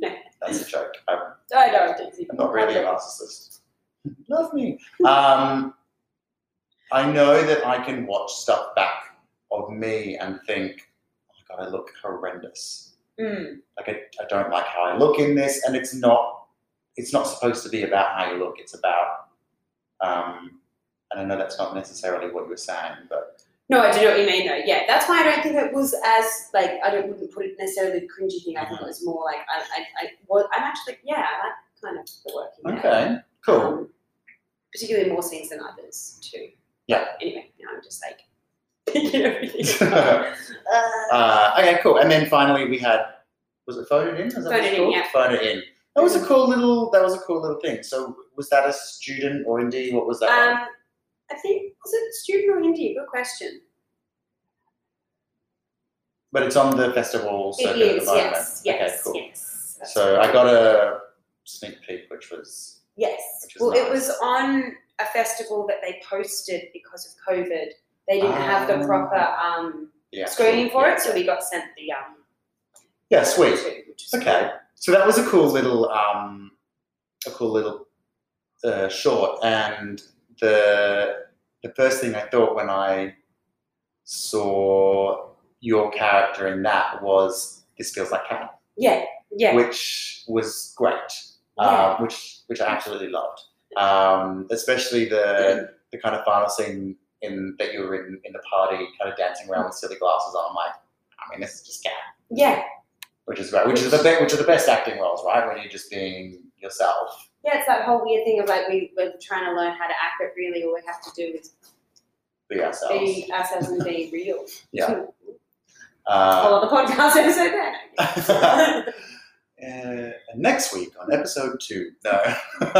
Speaker 2: No.
Speaker 3: that's a joke. I,
Speaker 2: I don't think so.
Speaker 3: I'm not really a narcissist. Love me. Um, I know that I can watch stuff back of me and think, oh my god, I look horrendous.
Speaker 2: Mm.
Speaker 3: Like I, I don't like how I look in this, and it's not it's not supposed to be about how you look. It's about um, and I know that's not necessarily what you were saying, but
Speaker 2: No, I do know what you mean though. Yeah, that's why I don't think it was as like I don't wouldn't put it necessarily the cringy thing. I think
Speaker 3: Mm-hmm.
Speaker 2: it was more like I I, I well, I'm actually yeah I like kind of the work. in there.
Speaker 3: okay, cool.
Speaker 2: Um, particularly more scenes than others too.
Speaker 3: Yeah.
Speaker 2: Anyway, now I'm just like picking everything. up.
Speaker 3: uh,
Speaker 2: uh,
Speaker 3: okay, cool. And then finally we had was it phone it in? Is that what
Speaker 2: Phone
Speaker 3: it's
Speaker 2: It In,
Speaker 3: called?
Speaker 2: yeah.
Speaker 3: Phone it in. That was a cool little. That was a cool little thing. So was that a student or indie? What was that? one?
Speaker 2: Um, I think was it student or indie? Good question.
Speaker 3: But it's on the festival circuit
Speaker 2: It
Speaker 3: at
Speaker 2: is
Speaker 3: the moment.
Speaker 2: yes,
Speaker 3: okay,
Speaker 2: yes,
Speaker 3: cool.
Speaker 2: yes. That's
Speaker 3: So I
Speaker 2: right.
Speaker 3: got a sneak peek, which was
Speaker 2: Yes.
Speaker 3: Which is
Speaker 2: Well,
Speaker 3: nice.
Speaker 2: it was on a festival that they posted because of COVID. They didn't have the proper um,
Speaker 3: the actual-
Speaker 2: screening for
Speaker 3: Ah. yeah.
Speaker 2: it, so we got sent the um.
Speaker 3: Yeah, sweet.
Speaker 2: two, which is
Speaker 3: Okay, so that was a cool little, um, a cool little uh, short, and the the first thing I thought when I saw your character in that was this feels like cat,
Speaker 2: Yeah. Yeah.
Speaker 3: which was great, uh,
Speaker 2: Yeah.
Speaker 3: which which I absolutely loved, um, especially the the kind of final scene in that you were in in the party, kind of dancing around with silly glasses on. I'm like, I mean, this is just cat
Speaker 2: Yeah.
Speaker 3: which is right, which is the be- which are the best acting roles, right? When you're just being yourself.
Speaker 2: Yeah. It's that whole weird thing of like we we're trying to learn how to act, but really all we have to do is
Speaker 3: Be ourselves.
Speaker 2: be ourselves and be real.
Speaker 3: Yeah.
Speaker 2: Follow
Speaker 3: Uh,
Speaker 2: the podcast episode then.
Speaker 3: uh, next week on episode two. No.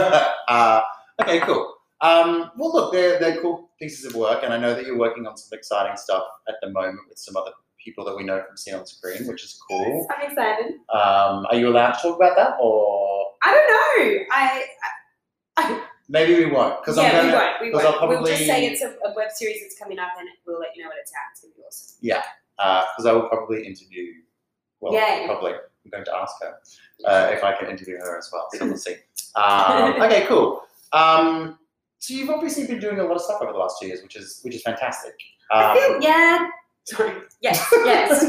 Speaker 3: uh, okay, cool. Um, well, look, they're they're cool pieces of work, and I know that you're working on some exciting stuff at the moment with some other people that we know from Seen on Screen, which is cool.
Speaker 2: I'm excited.
Speaker 3: Um, are you allowed to talk about that, or
Speaker 2: I don't know. I
Speaker 3: maybe we won't? Because I'm
Speaker 2: yeah,
Speaker 3: going.
Speaker 2: we won't. We
Speaker 3: 'cause
Speaker 2: won't.
Speaker 3: I'll
Speaker 2: We'll just say
Speaker 3: probably-
Speaker 2: it's a, a web series that's coming up, and we'll let you know when it's out. It's gonna be awesome.
Speaker 3: because Uh, I will probably interview. Well,
Speaker 2: Yay.
Speaker 3: probably. I'm going to ask her uh, if I can interview her as well. So we'll see. Um, okay, cool. Um, so you've obviously been doing a lot of stuff over the last two years, which is which is fantastic.
Speaker 2: I feel,
Speaker 3: Um,
Speaker 2: yeah. Sorry. Yes, yes.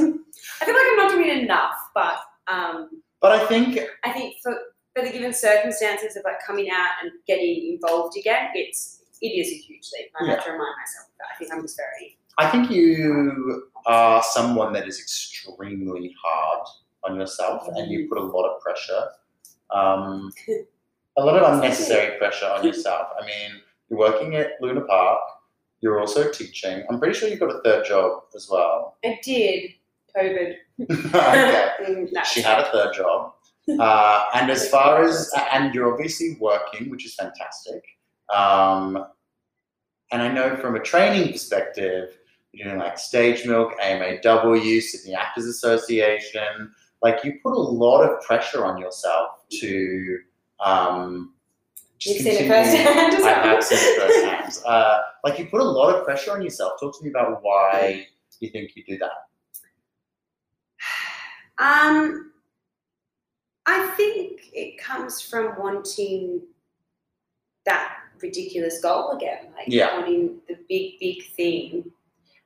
Speaker 2: I feel like I'm not doing enough, but um,
Speaker 3: but I think
Speaker 2: I think for, for the given circumstances of like coming out and getting involved again, it's it is a huge leap. I have to remind myself of that. I think I'm just very
Speaker 3: I think you are someone that is extremely hard on yourself, and you put a lot of pressure, um, a lot of unnecessary pressure on yourself. I mean, you're working at Luna Park. You're also teaching. I'm pretty sure you've got a third job as well.
Speaker 2: I did COVID.
Speaker 3: okay.
Speaker 2: Mm, no.
Speaker 3: She had a third job. Uh, and as far as, and you're obviously working, which is fantastic. Um, and I know from a training perspective, you're doing like Stage Milk, AMAW, Sydney Actors Association. Like you put a lot of pressure on yourself to um, Just
Speaker 2: You've seen it
Speaker 3: continuing-
Speaker 2: firsthand as
Speaker 3: I
Speaker 2: well.
Speaker 3: have seen it firsthand. Uh, like you put a lot of pressure on yourself. Talk to me about why you think you do that.
Speaker 2: Um, I think it comes from wanting that ridiculous goal again, like
Speaker 3: Yeah.
Speaker 2: wanting the big, big thing.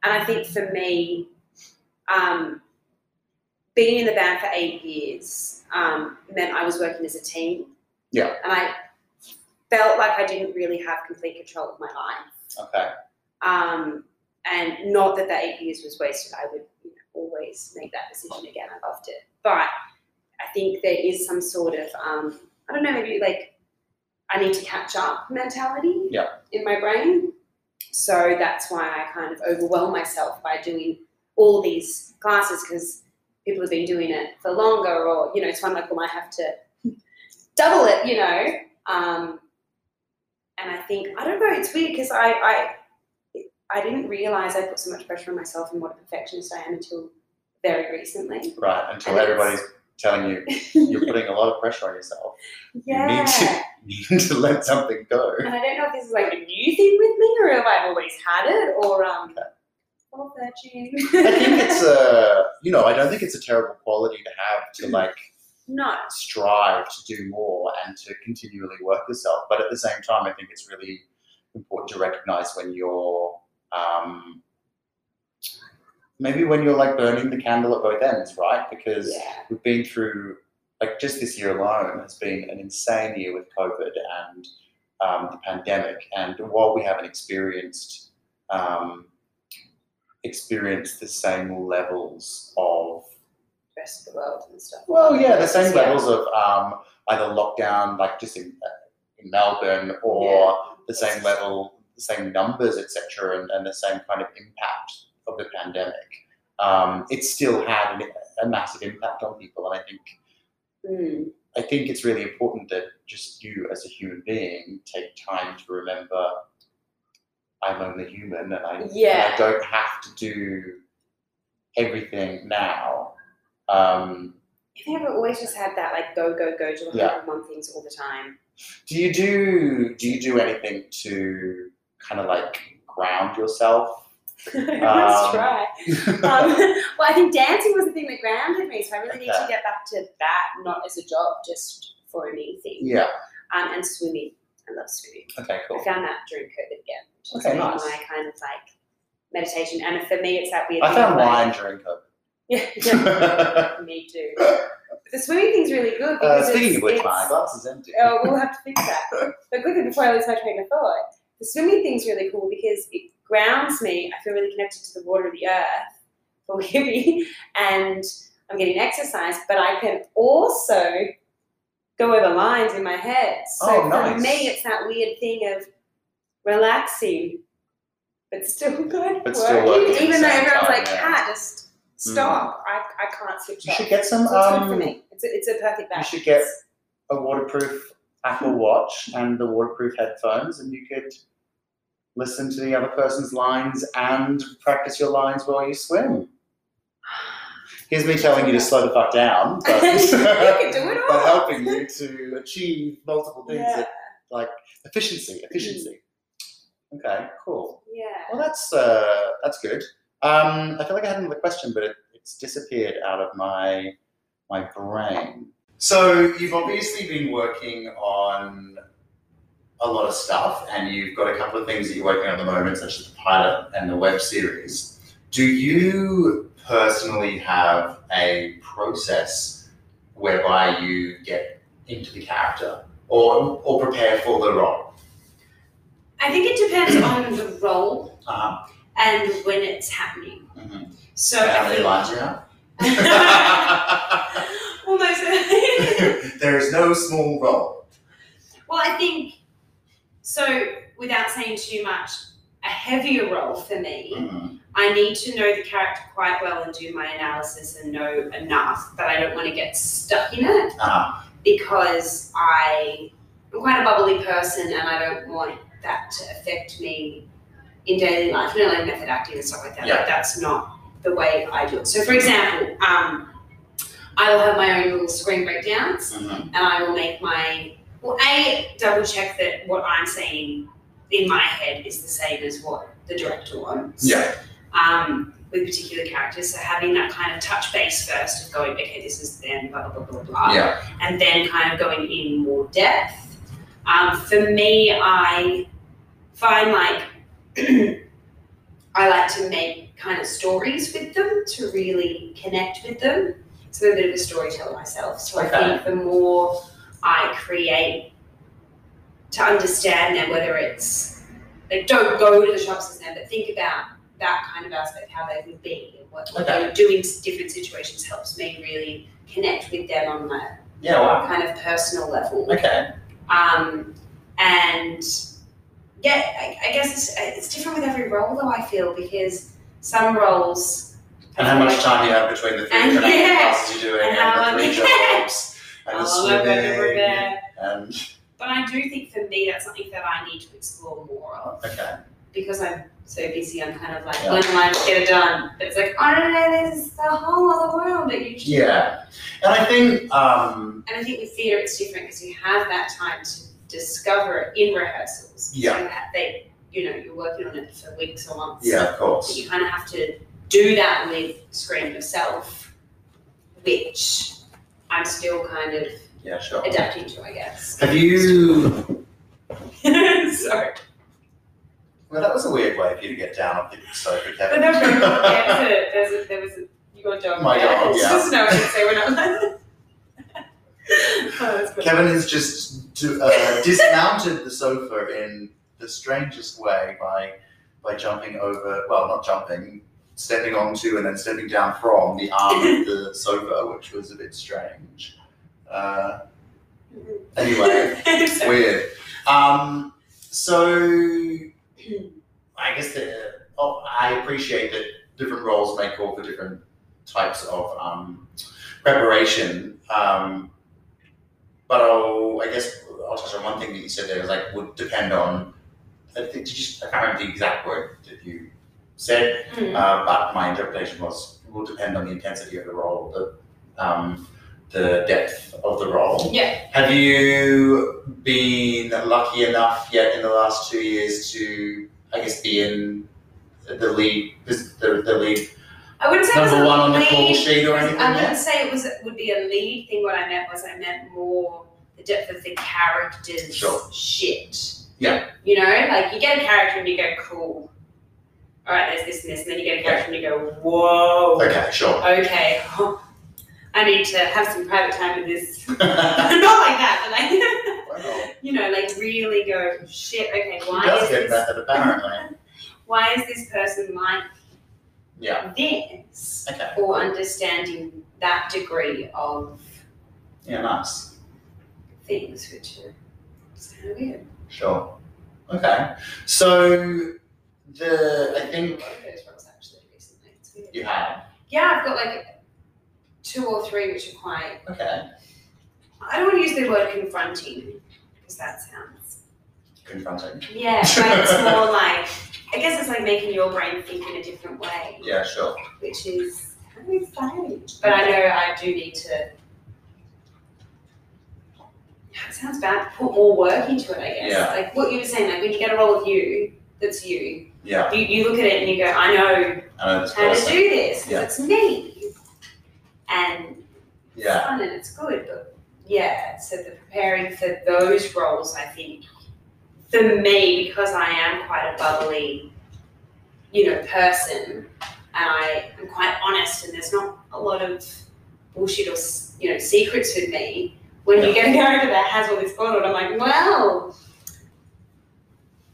Speaker 2: And I think for me, um, being in the band for eight years um, meant I was working as a team.
Speaker 3: Yeah.
Speaker 2: And I felt like I didn't really have complete control of my life.
Speaker 3: Okay.
Speaker 2: Um, and not that that eight years was wasted. I would you know, always make that decision again. I loved it. But I think there is some sort of, um, I don't know, maybe like I need to catch up mentality
Speaker 3: Yeah.
Speaker 2: in my brain. So that's why I kind of overwhelm myself by doing all these classes because people have been doing it for longer or, you know, so I'm like, well, I have to double it, you know. Um, and I think, I don't know, it's weird because I, I, I didn't realize I put so much pressure on myself and what a perfectionist I am until very recently.
Speaker 3: Right. Until
Speaker 2: And it's-
Speaker 3: everybody's telling you you're putting a lot of pressure on yourself.
Speaker 2: yeah.
Speaker 3: You need to, need to let something go.
Speaker 2: And I don't know if this is like a new thing with me or if I've always had it or um or virgin.
Speaker 3: I think it's a, you know, I don't think it's a terrible quality to have
Speaker 2: Mm.
Speaker 3: to like
Speaker 2: no.
Speaker 3: strive to do more and to continually work yourself. But at the same time, I think it's really important to recognize when you're, um, maybe when you're like burning the candle at both ends, right? Because
Speaker 2: Yeah.
Speaker 3: we've been through, like, just this year alone has been an insane year with COVID and um, the pandemic. And while we haven't experienced um, experienced the same levels of
Speaker 2: The rest of the world and stuff.
Speaker 3: well, yeah, the same
Speaker 2: Yeah.
Speaker 3: levels of um, either lockdown, like just in, uh, in Melbourne, or
Speaker 2: Yeah.
Speaker 3: the same level, the same numbers, etc., and, and the same kind of impact of the pandemic. Um, it still had a, a massive impact on people, and I think
Speaker 2: Mm.
Speaker 3: I think it's really important that just you, as a human being, take time to remember I'm only human, and I, and
Speaker 2: Yeah.
Speaker 3: I don't have to do everything now. Um,
Speaker 2: I think I've always just had that like go, go, go to 101
Speaker 3: Yeah.
Speaker 2: things all the time.
Speaker 3: Do you do do you do anything to kind of like ground yourself?
Speaker 2: Let's try. um,
Speaker 3: yeah,
Speaker 2: well, I think dancing was the thing that grounded me, so I really need to
Speaker 3: Okay.
Speaker 2: get back to that, not as a job, just for me thing. Um, and swimming. I love swimming.
Speaker 3: Okay.
Speaker 2: I
Speaker 3: Cool.
Speaker 2: found that during COVID again, which is
Speaker 3: Okay,
Speaker 2: been
Speaker 3: nice.
Speaker 2: my kind of like meditation. And for me, it's that weird.
Speaker 3: I
Speaker 2: thing
Speaker 3: found
Speaker 2: of, like-
Speaker 3: wine Uh, during
Speaker 2: Yeah, yeah,
Speaker 3: COVID.
Speaker 2: me too. But the swimming thing's really good
Speaker 3: uh,
Speaker 2: because
Speaker 3: speaking
Speaker 2: it's,
Speaker 3: of which,
Speaker 2: it's-
Speaker 3: my glass is empty.
Speaker 2: Oh, we'll have to fix that. But quickly before I lose my train of thought, the swimming thing's really cool because it grounds me. I feel really connected to the water of the earth for me, and I'm getting exercise. But I can also go over lines in my head. So
Speaker 3: Oh,
Speaker 2: for
Speaker 3: nice.
Speaker 2: me, it's that weird thing of relaxing, but still good
Speaker 3: But still working at the
Speaker 2: Even though
Speaker 3: same
Speaker 2: everyone's
Speaker 3: time,
Speaker 2: like,
Speaker 3: yeah. Mm.
Speaker 2: "Ah, just stop." I, I can't switch
Speaker 3: You
Speaker 2: off.
Speaker 3: should get some
Speaker 2: so it's good for
Speaker 3: um,
Speaker 2: me. It's a, it's a perfect
Speaker 3: you
Speaker 2: balance.
Speaker 3: should get a waterproof Apple Watch and the waterproof headphones, and you could listen to the other person's lines and practice your lines while you swim. Here's me telling you to slow the fuck down, but,
Speaker 2: You can do it
Speaker 3: but
Speaker 2: all.
Speaker 3: helping you to achieve multiple things
Speaker 2: Yeah.
Speaker 3: that, like efficiency, efficiency.
Speaker 2: Mm.
Speaker 3: Okay, cool.
Speaker 2: Yeah.
Speaker 3: Well, that's uh, that's good. Um, I feel like I had another question, but it, it's disappeared out of my my brain. So you've obviously been working on a lot of stuff, and you've got a couple of things that you're working on at the moment, such as the pilot and the web series. Do you personally have a process whereby you get into the character or or prepare for the role?
Speaker 2: I think it depends on the role
Speaker 3: Uh-huh.
Speaker 2: and when it's happening.
Speaker 3: Mhm.
Speaker 2: So
Speaker 3: How
Speaker 2: I
Speaker 3: many
Speaker 2: think
Speaker 3: lines you have?
Speaker 2: almost.
Speaker 3: there is no small role.
Speaker 2: well, I think so. Without saying too much, a heavier role for me.
Speaker 3: Mm-hmm.
Speaker 2: I need to know the character quite well and do my analysis and know enough, but I don't want to get stuck in it
Speaker 3: Ah,
Speaker 2: because I am quite a bubbly person and I don't want that to affect me in daily life. You know, like method acting and stuff like that.
Speaker 3: Yeah.
Speaker 2: Like that's not the way I do it. So, for example, um, I will have my own little screen breakdowns
Speaker 3: mhm.
Speaker 2: and I will make my Well, a double check that what I'm saying in my head is the same as what the director wants.
Speaker 3: Yeah.
Speaker 2: Um, with particular characters, so having that kind of touch base first of going, okay, this is them, blah blah blah blah blah,
Speaker 3: Yeah.
Speaker 2: and then kind of going in more depth. Um, for me, I find like I like to make kind of stories with them to really connect with them. So I'm a bit of a storyteller myself. So
Speaker 3: Okay.
Speaker 2: I think the more I create to understand them, whether it's like don't go to the shops as them, but think about that kind of aspect, how they would be, and what, what they would do in different situations helps me really connect with them on that
Speaker 3: Yeah. Wow.
Speaker 2: kind of personal level.
Speaker 3: Okay.
Speaker 2: Um, and yeah, I, I guess it's, it's different with every role though, I feel, because some roles.
Speaker 3: And how much time you have between the three
Speaker 2: And
Speaker 3: different
Speaker 2: yeah.
Speaker 3: classes you're doing
Speaker 2: And
Speaker 3: and,
Speaker 2: how
Speaker 3: the three
Speaker 2: long-
Speaker 3: jobs and the
Speaker 2: Oh, I've got to
Speaker 3: swimming
Speaker 2: prepare.
Speaker 3: and
Speaker 2: But I do think for me that's something that I need to explore more of
Speaker 3: okay.
Speaker 2: because I'm so busy. I'm kind of like,
Speaker 3: Yeah.
Speaker 2: when am I to get it done? But it's like, oh no, no, no, there's a whole other world that you should.
Speaker 3: Yeah. And I think um
Speaker 2: And I think with theatre it's different because you have that time to discover it in rehearsals.
Speaker 3: Yeah.
Speaker 2: So that they, you know, you're working on it for weeks or months.
Speaker 3: yeah, of
Speaker 2: So
Speaker 3: course.
Speaker 2: you kind of have to do that with screen yourself, which I'm still kind of
Speaker 3: Yeah, sure.
Speaker 2: adapting to, I guess.
Speaker 3: Have you
Speaker 2: Sorry.
Speaker 3: well that was a weird way for you to get down off the sofa,
Speaker 2: But
Speaker 3: Kevin.
Speaker 2: no, there was a, there's a, there was a, you got a dog.
Speaker 3: My
Speaker 2: there.
Speaker 3: dog,
Speaker 2: It's
Speaker 3: yeah.
Speaker 2: Just no, I didn't say we're not. oh, that's good.
Speaker 3: Kevin has just d- uh, dismounted the sofa in the strangest way by by jumping over. Well, not jumping, stepping onto and then stepping down from the arm of the sofa, which was a bit strange. Uh, anyway, it's weird. Um, so I guess the, oh, I appreciate that different roles may call for different types of um, preparation. Um, but I'll, I guess I'll touch on one thing that you said there is like would depend on. I think did you, I can't remember the exact word that you said,
Speaker 2: Mm.
Speaker 3: uh, but my interpretation was will depend on the intensity of the role, the um, the depth of the role.
Speaker 2: Yeah.
Speaker 3: Have you been lucky enough yet in the last two years to, I guess, be in the lead, the, the lead
Speaker 2: I wouldn't say it was
Speaker 3: number
Speaker 2: a
Speaker 3: one on the
Speaker 2: lead-
Speaker 3: call sheet or anything
Speaker 2: I wouldn't
Speaker 3: yet?
Speaker 2: say it was would be a lead thing. What I meant was I meant more the depth of the character's
Speaker 3: Sure.
Speaker 2: shit.
Speaker 3: Yeah.
Speaker 2: You know, like you get a character and you go, cool. All right, there's this and this, and then you get a character and you go, whoa.
Speaker 3: Okay, sure.
Speaker 2: Okay. I need to have some private time with this. Not like that, but
Speaker 3: well,
Speaker 2: like you know, like really go, shit. Okay,
Speaker 3: he
Speaker 2: why
Speaker 3: does
Speaker 2: is
Speaker 3: get
Speaker 2: this?
Speaker 3: method apparently.
Speaker 2: Why is this person like
Speaker 3: Yeah.
Speaker 2: this?
Speaker 3: Okay.
Speaker 2: Or understanding that degree of
Speaker 3: Yeah, nice.
Speaker 2: things, which are it's kind of weird.
Speaker 3: Sure. Okay. So the I think
Speaker 2: I've got those roles actually recently. It's weird.
Speaker 3: you have.
Speaker 2: Yeah, I've got like two or three which are quite.
Speaker 3: Okay.
Speaker 2: I don't want to use the word confronting because that sounds.
Speaker 3: Confronting.
Speaker 2: Yeah, but it's more like I guess it's like making your brain think in a different way,
Speaker 3: Yeah, sure.
Speaker 2: which is kind of exciting. But I know I do need to. It sounds bad. Put more work into it, I guess.
Speaker 3: Yeah.
Speaker 2: Like what you were saying, like when you get a role of you, that's you.
Speaker 3: Yeah.
Speaker 2: you, you look at it and you go, I know
Speaker 3: I know this
Speaker 2: how to
Speaker 3: person.
Speaker 2: do this 'cause
Speaker 3: Yeah.
Speaker 2: it's me. And it's
Speaker 3: Yeah.
Speaker 2: fun and it's good. But yeah, so the preparing for those roles, I think, for me, because I am quite a bubbly, you know, person, and I am quite honest, and there's not a lot of bullshit or, s- you know, secrets with me. When you
Speaker 3: Yeah.
Speaker 2: get a character that has all this on it, I'm like, wow.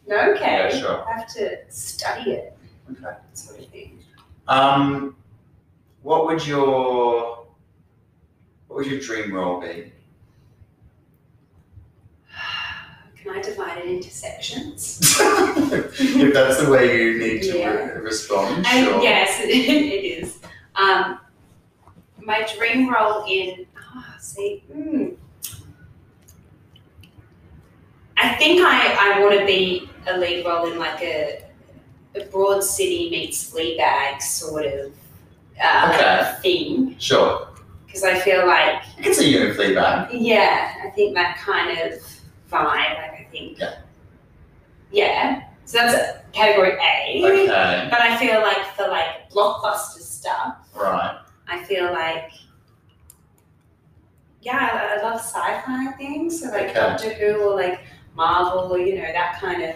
Speaker 2: Okay.
Speaker 3: Yeah, sure.
Speaker 2: I have to study it,
Speaker 3: Okay.
Speaker 2: sort of thing.
Speaker 3: Um, what would your what would your dream role be?
Speaker 2: Can I divide it into sections?
Speaker 3: if that's the way you need to
Speaker 2: Yeah.
Speaker 3: re- respond,
Speaker 2: I-
Speaker 3: sure.
Speaker 2: Um, yes, it is. Um, my dream role in, ah, see, mm, I think I, I want to be a lead role in like a, a broad city meets Fleabag sort of uh,
Speaker 3: Okay.
Speaker 2: thing.
Speaker 3: Sure.
Speaker 2: Because I feel like
Speaker 3: You can see you in Fleabag.
Speaker 2: Yeah, I think that kind of vibe. Like I think,
Speaker 3: Yeah.
Speaker 2: yeah. So that's category A.
Speaker 3: Okay.
Speaker 2: But I feel like for like blockbuster stuff,
Speaker 3: Right.
Speaker 2: I feel like yeah, I, I love sci-fi things. So like
Speaker 3: Okay.
Speaker 2: Doctor Who or like Marvel, or, you know, that kind of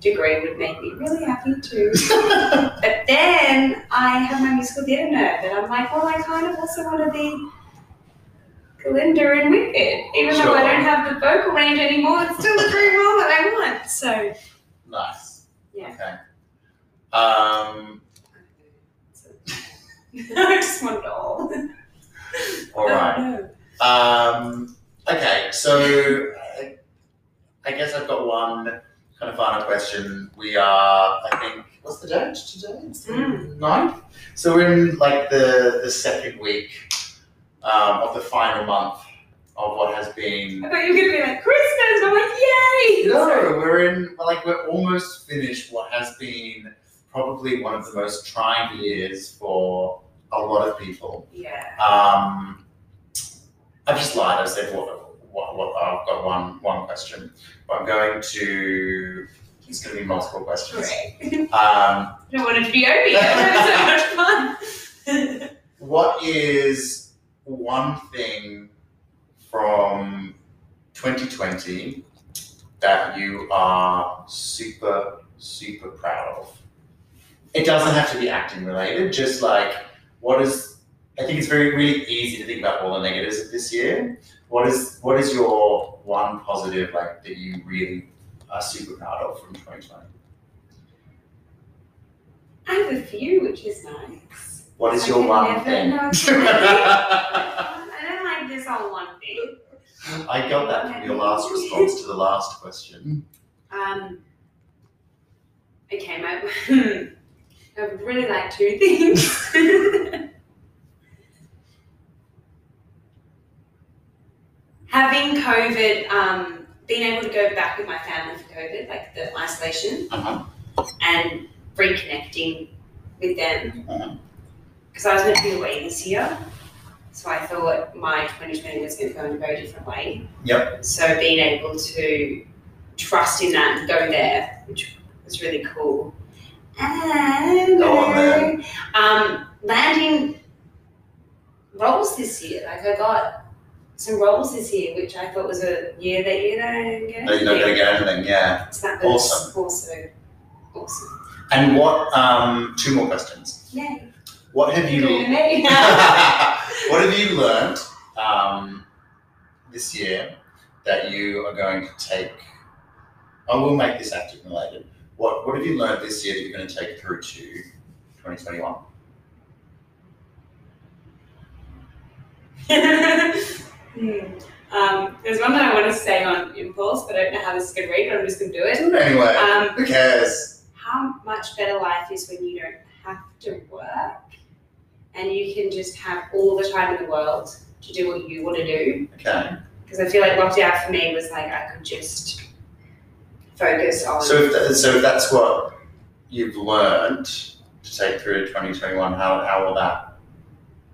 Speaker 2: degree would make me really happy too. But then I have my musical theatre nerd, and I'm like, well, I kind of also want to be Glinda and Wicked, even though I
Speaker 3: Sure.
Speaker 2: don't have the vocal range anymore. It's still the dream role that I want. So
Speaker 3: nice.
Speaker 2: Yeah.
Speaker 3: Okay. Um,
Speaker 2: I just want it all.
Speaker 3: all right. Um, okay, so I, I guess I've got one kind of final question. We are, I think, what's the date today? It's the
Speaker 2: Mm.
Speaker 3: ninth. So we're in like the the second week um, of the final month of what has been.
Speaker 2: I thought you were gonna be like Christmas. I'm like, yay!
Speaker 3: No, we're in like we're almost finished what has been probably one of the most trying years for a lot of people.
Speaker 2: Yeah.
Speaker 3: Um, I've just lied. I said what, what, what I've got one one question, but I'm going to. It's going to be multiple questions.
Speaker 2: Great.
Speaker 3: Um,
Speaker 2: I don't want it to be over yet. I'm having so much fun.
Speaker 3: what is one thing from 2020 that you are super super proud of? It doesn't have to be acting related. Just like what is. I think it's very really easy to think about all the negatives of this year. What is what is your one positive like that you really are super proud of from 2020?
Speaker 2: I have a few, which is nice.
Speaker 3: What is
Speaker 2: I
Speaker 3: your
Speaker 2: can
Speaker 3: one
Speaker 2: never
Speaker 3: thing?
Speaker 2: know. Um, I don't like this on one thing.
Speaker 3: I got that from your last response to the last question.
Speaker 2: Um, okay, my, I would really like two things. Having COVID, um, being able to go back with my family for COVID, like the isolation,
Speaker 3: Uh-huh.
Speaker 2: and reconnecting with them.
Speaker 3: Uh-huh.
Speaker 2: Because I was meant to be away this year, so I thought my 2020 was going to go in a very different way.
Speaker 3: Yep.
Speaker 2: So being able to trust in that and go there, which was really cool. And
Speaker 3: Go on then.
Speaker 2: um, landing roles this year. Like I got some roles this year, which I thought was a year that you don't get.
Speaker 3: No, you're not going to get anything, yeah.
Speaker 2: So that was
Speaker 3: Awesome.
Speaker 2: also awesome.
Speaker 3: And what, um, two more questions.
Speaker 2: Yay.
Speaker 3: What have you,
Speaker 2: Yay. I
Speaker 3: what have you learned um, this year that you are going to take? I will make this active related. What, what have you learned this year that you're going to take through to 2021?
Speaker 2: Hmm. Um, there's one that I want to say on impulse, but I don't know how this is going to read, but I'm just going to do it.
Speaker 3: Anyway,
Speaker 2: Um,
Speaker 3: who cares?
Speaker 2: how much better life is when you don't have to work and you can just have all the time in the world to do what you want to do.
Speaker 3: Okay.
Speaker 2: Because I feel like lockdown for me was like I could just focus on.
Speaker 3: So if, that, so if that's what you've learned to take through to 2021, how, how will that,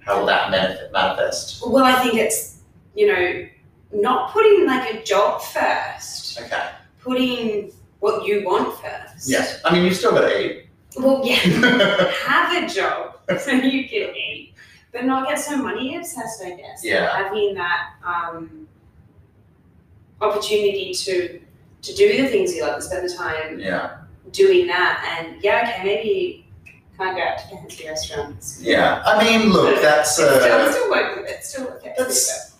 Speaker 3: how will that manif- manifest?
Speaker 2: well, I think it's, you know, not putting like a job first,
Speaker 3: Okay.
Speaker 2: putting what you want first.
Speaker 3: Yes, I mean you've still got to eat.
Speaker 2: Well, yeah, have a job so you can eat, but not get so money obsessed, I guess.
Speaker 3: yeah,
Speaker 2: having that um, opportunity to to do the things you love and spend the time
Speaker 3: yeah,
Speaker 2: doing that and yeah okay maybe can't go out to fancy restaurants
Speaker 3: yeah. I mean, look, that's
Speaker 2: still,
Speaker 3: uh,
Speaker 2: still work with it still okay
Speaker 3: That's-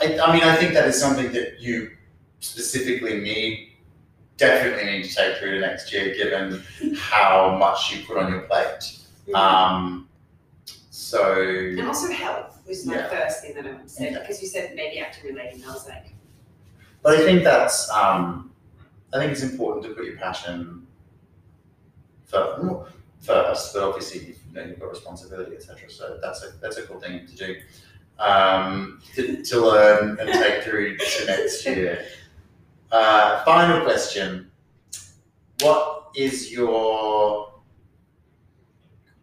Speaker 3: I, I mean, I think that is something that you specifically need, definitely need to take through to next year, given how much you put on your plate. Um, so
Speaker 2: and also health was my
Speaker 3: Yeah.
Speaker 2: first thing that I wanted to say
Speaker 3: Okay.
Speaker 2: because you said maybe acting related and I was like
Speaker 3: But I think that's um, I think it's important to put your passion fir- first, but obviously you've, you know, you've got responsibility, etc. So that's a that's a cool thing to do um, to, to learn and take through to next year. Uh, final question: What is your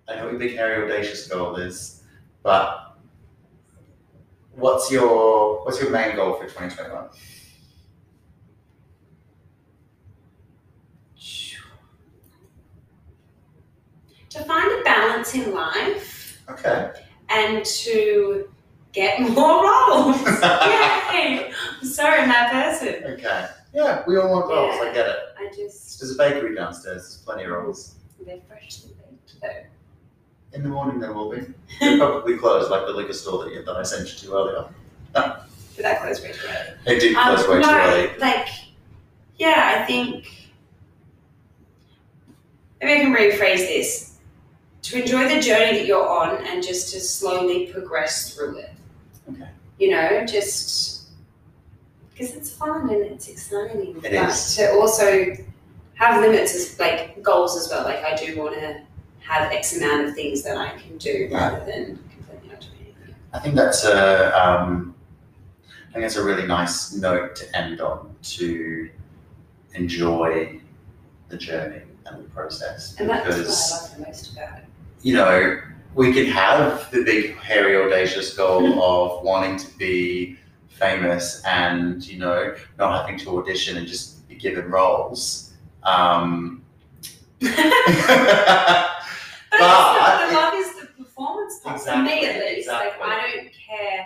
Speaker 3: I know what your big hairy audacious goal is, but what's your what's your main goal for twenty twenty one?
Speaker 2: once in life
Speaker 3: Okay.
Speaker 2: and to get more roles. Yay! I'm sorry, my person.
Speaker 3: Okay. Yeah, we all want rolls. I get it.
Speaker 2: I just,
Speaker 3: There's a bakery downstairs. There's plenty of rolls.
Speaker 2: they're freshly baked though.
Speaker 3: In the morning, there will be. They're probably closed, like the liquor store that, you, that I sent you to earlier.
Speaker 2: But that close way too early.
Speaker 3: They did
Speaker 2: Um,
Speaker 3: close way too
Speaker 2: no,
Speaker 3: early.
Speaker 2: like, yeah, I think. Maybe I can rephrase this. To enjoy the journey that you're on and just to slowly progress through it.
Speaker 3: Okay.
Speaker 2: You know, just because it's fun and it's exciting.
Speaker 3: It
Speaker 2: but
Speaker 3: is.
Speaker 2: To also have limits as like goals as well. Like I do want to have X amount of things that I can do
Speaker 3: Yeah.
Speaker 2: rather than completely not doing anything.
Speaker 3: I think that's a, um, I think that's a really nice note to end on. To enjoy the journey and the process,
Speaker 2: And that's
Speaker 3: because
Speaker 2: what I love the most about it.
Speaker 3: you know, we could have the big, hairy, audacious goal of wanting to be famous and, you know, not having to audition and just be given roles. Um,
Speaker 2: But,
Speaker 3: But-
Speaker 2: it's the love is the performance part. For me, at
Speaker 3: Exactly,
Speaker 2: least,
Speaker 3: exactly.
Speaker 2: like I don't care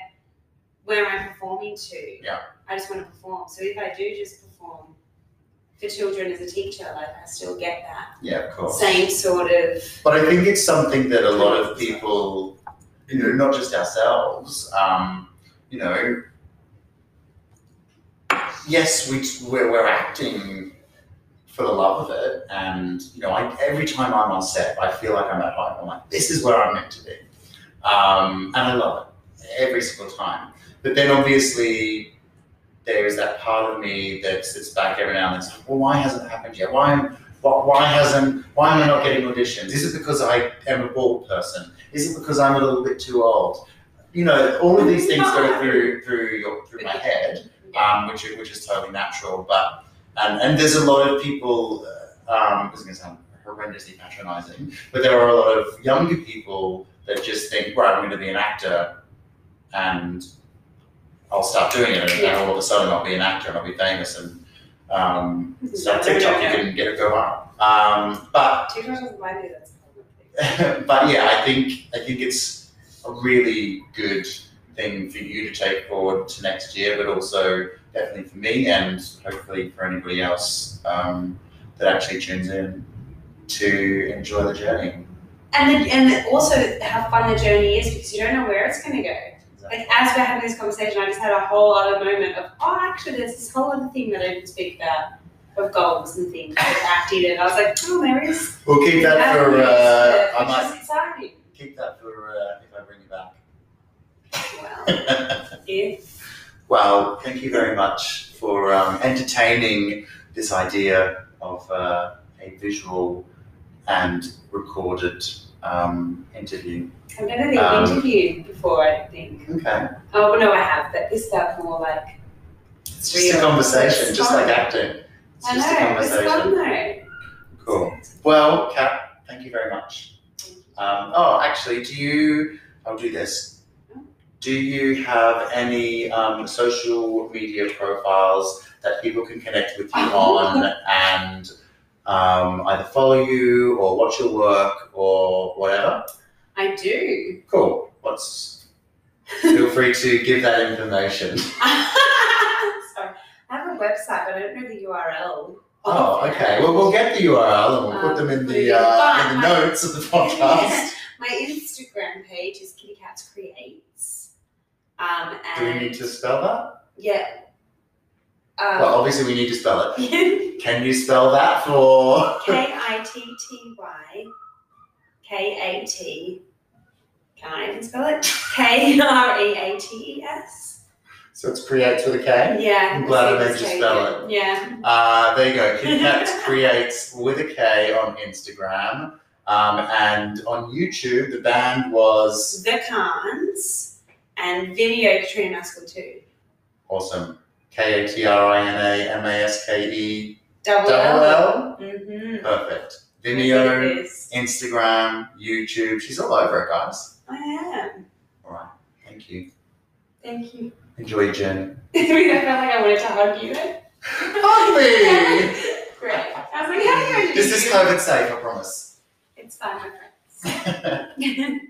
Speaker 2: where I'm performing to.
Speaker 3: Yeah.
Speaker 2: I just want to perform. So if I do just perform for children as a teacher, like I still get that
Speaker 3: yeah, of course.
Speaker 2: same sort of.
Speaker 3: But I think it's something that a lot of people, you know, not just ourselves, um, you know, yes, we, we're, we're acting for the love of it. And, you know, I, every time I'm on set, I feel like I'm at home. I'm like, this is where I'm meant to be. Um, and I love it every single time. But then obviously, there is that part of me that sits back every now and then and like, well, why hasn't it happened yet? Why why, why hasn't why am I not getting auditions? Is it because I am a bald person? Is it because I'm a little bit too old? You know, all of these things go through through your through my head, um, which is- which is totally natural. But and, and there's a lot of people. uh, Um, this is going to sound horrendously patronising, but there are a lot of younger people that just think, right, I'm going to be an actor, and I'll start doing it, and then all of a sudden I'll be an actor and I'll be famous and. Um, Start TikTok, you can get it go viral. Um, but
Speaker 2: Teachers remind me that's a whole other thing.
Speaker 3: but yeah, I think I think it's a really good thing for you to take forward to next year, but also definitely for me and hopefully for anybody else um, that actually tunes in to enjoy the journey.
Speaker 2: And then, and then also how fun the journey is because you don't know where it's going to go. Like as we're having this conversation, I just had a whole other moment of oh, actually, there's this whole other thing that I didn't speak about of goals and things like acting, and I was like, oh, there is.
Speaker 3: We'll keep that for uh, I
Speaker 2: Which
Speaker 3: might
Speaker 2: is exciting.
Speaker 3: keep that for uh, if I bring you
Speaker 2: Well,
Speaker 3: back.
Speaker 2: yeah.
Speaker 3: Well, thank you very much for um, entertaining this idea of uh, a visual and recorded um, interview.
Speaker 2: I've never been
Speaker 3: Um,
Speaker 2: interviewed before. I don't think.
Speaker 3: Okay.
Speaker 2: Oh well, no, I have, but this felt more like.
Speaker 3: It's just a conversation, just like acting. It's
Speaker 2: I
Speaker 3: just a
Speaker 2: know. It's fun
Speaker 3: conversation.
Speaker 2: though.
Speaker 3: Cool. Well, Kat, thank you very much.
Speaker 2: Thank you.
Speaker 3: Um, oh, actually, do you, I'll do this. Do you have any um, social media profiles that people can connect with you on and um, either follow you or watch your work or whatever?
Speaker 2: I do.
Speaker 3: Cool. What's feel free to give that information.
Speaker 2: Sorry, I have a website, but I don't know the URL.
Speaker 3: Oh, okay. Well, we'll get the URL and we'll put them in the uh, in the notes of the podcast.
Speaker 2: My Instagram page is Kitty Cats Creates. Um,
Speaker 3: Do we
Speaker 2: and
Speaker 3: need to spell that?
Speaker 2: yeah.
Speaker 3: Well,
Speaker 2: Um,
Speaker 3: obviously we need to spell it.
Speaker 2: K
Speaker 3: Can you spell that for?
Speaker 2: I T T Y K A T. Can I even spell it? K R E A T E S.
Speaker 3: So it's creates with a K.
Speaker 2: Yeah.
Speaker 3: I'm glad I
Speaker 2: it's
Speaker 3: made you
Speaker 2: taken.
Speaker 3: spell
Speaker 2: Yeah.
Speaker 3: Uh, there you go. Kit Kat creates with a K on Instagram. Um, and on YouTube, the band was
Speaker 2: The Khans and video Katrina Maskell too.
Speaker 3: awesome. K A T R I N A M A S K E
Speaker 2: Double
Speaker 3: double L.
Speaker 2: Mm-hmm.
Speaker 3: Perfect. Vimeo,
Speaker 2: It is.
Speaker 3: Instagram, YouTube. She's all over it, guys.
Speaker 2: I am.
Speaker 3: All right. Thank you.
Speaker 2: Thank you.
Speaker 3: Enjoy your journey.
Speaker 2: I felt like I wanted to hug you.
Speaker 3: Hug me!
Speaker 2: Great. I was like, how do you
Speaker 3: This is COVID safe, I promise.
Speaker 2: It's fine, my friends. Yes.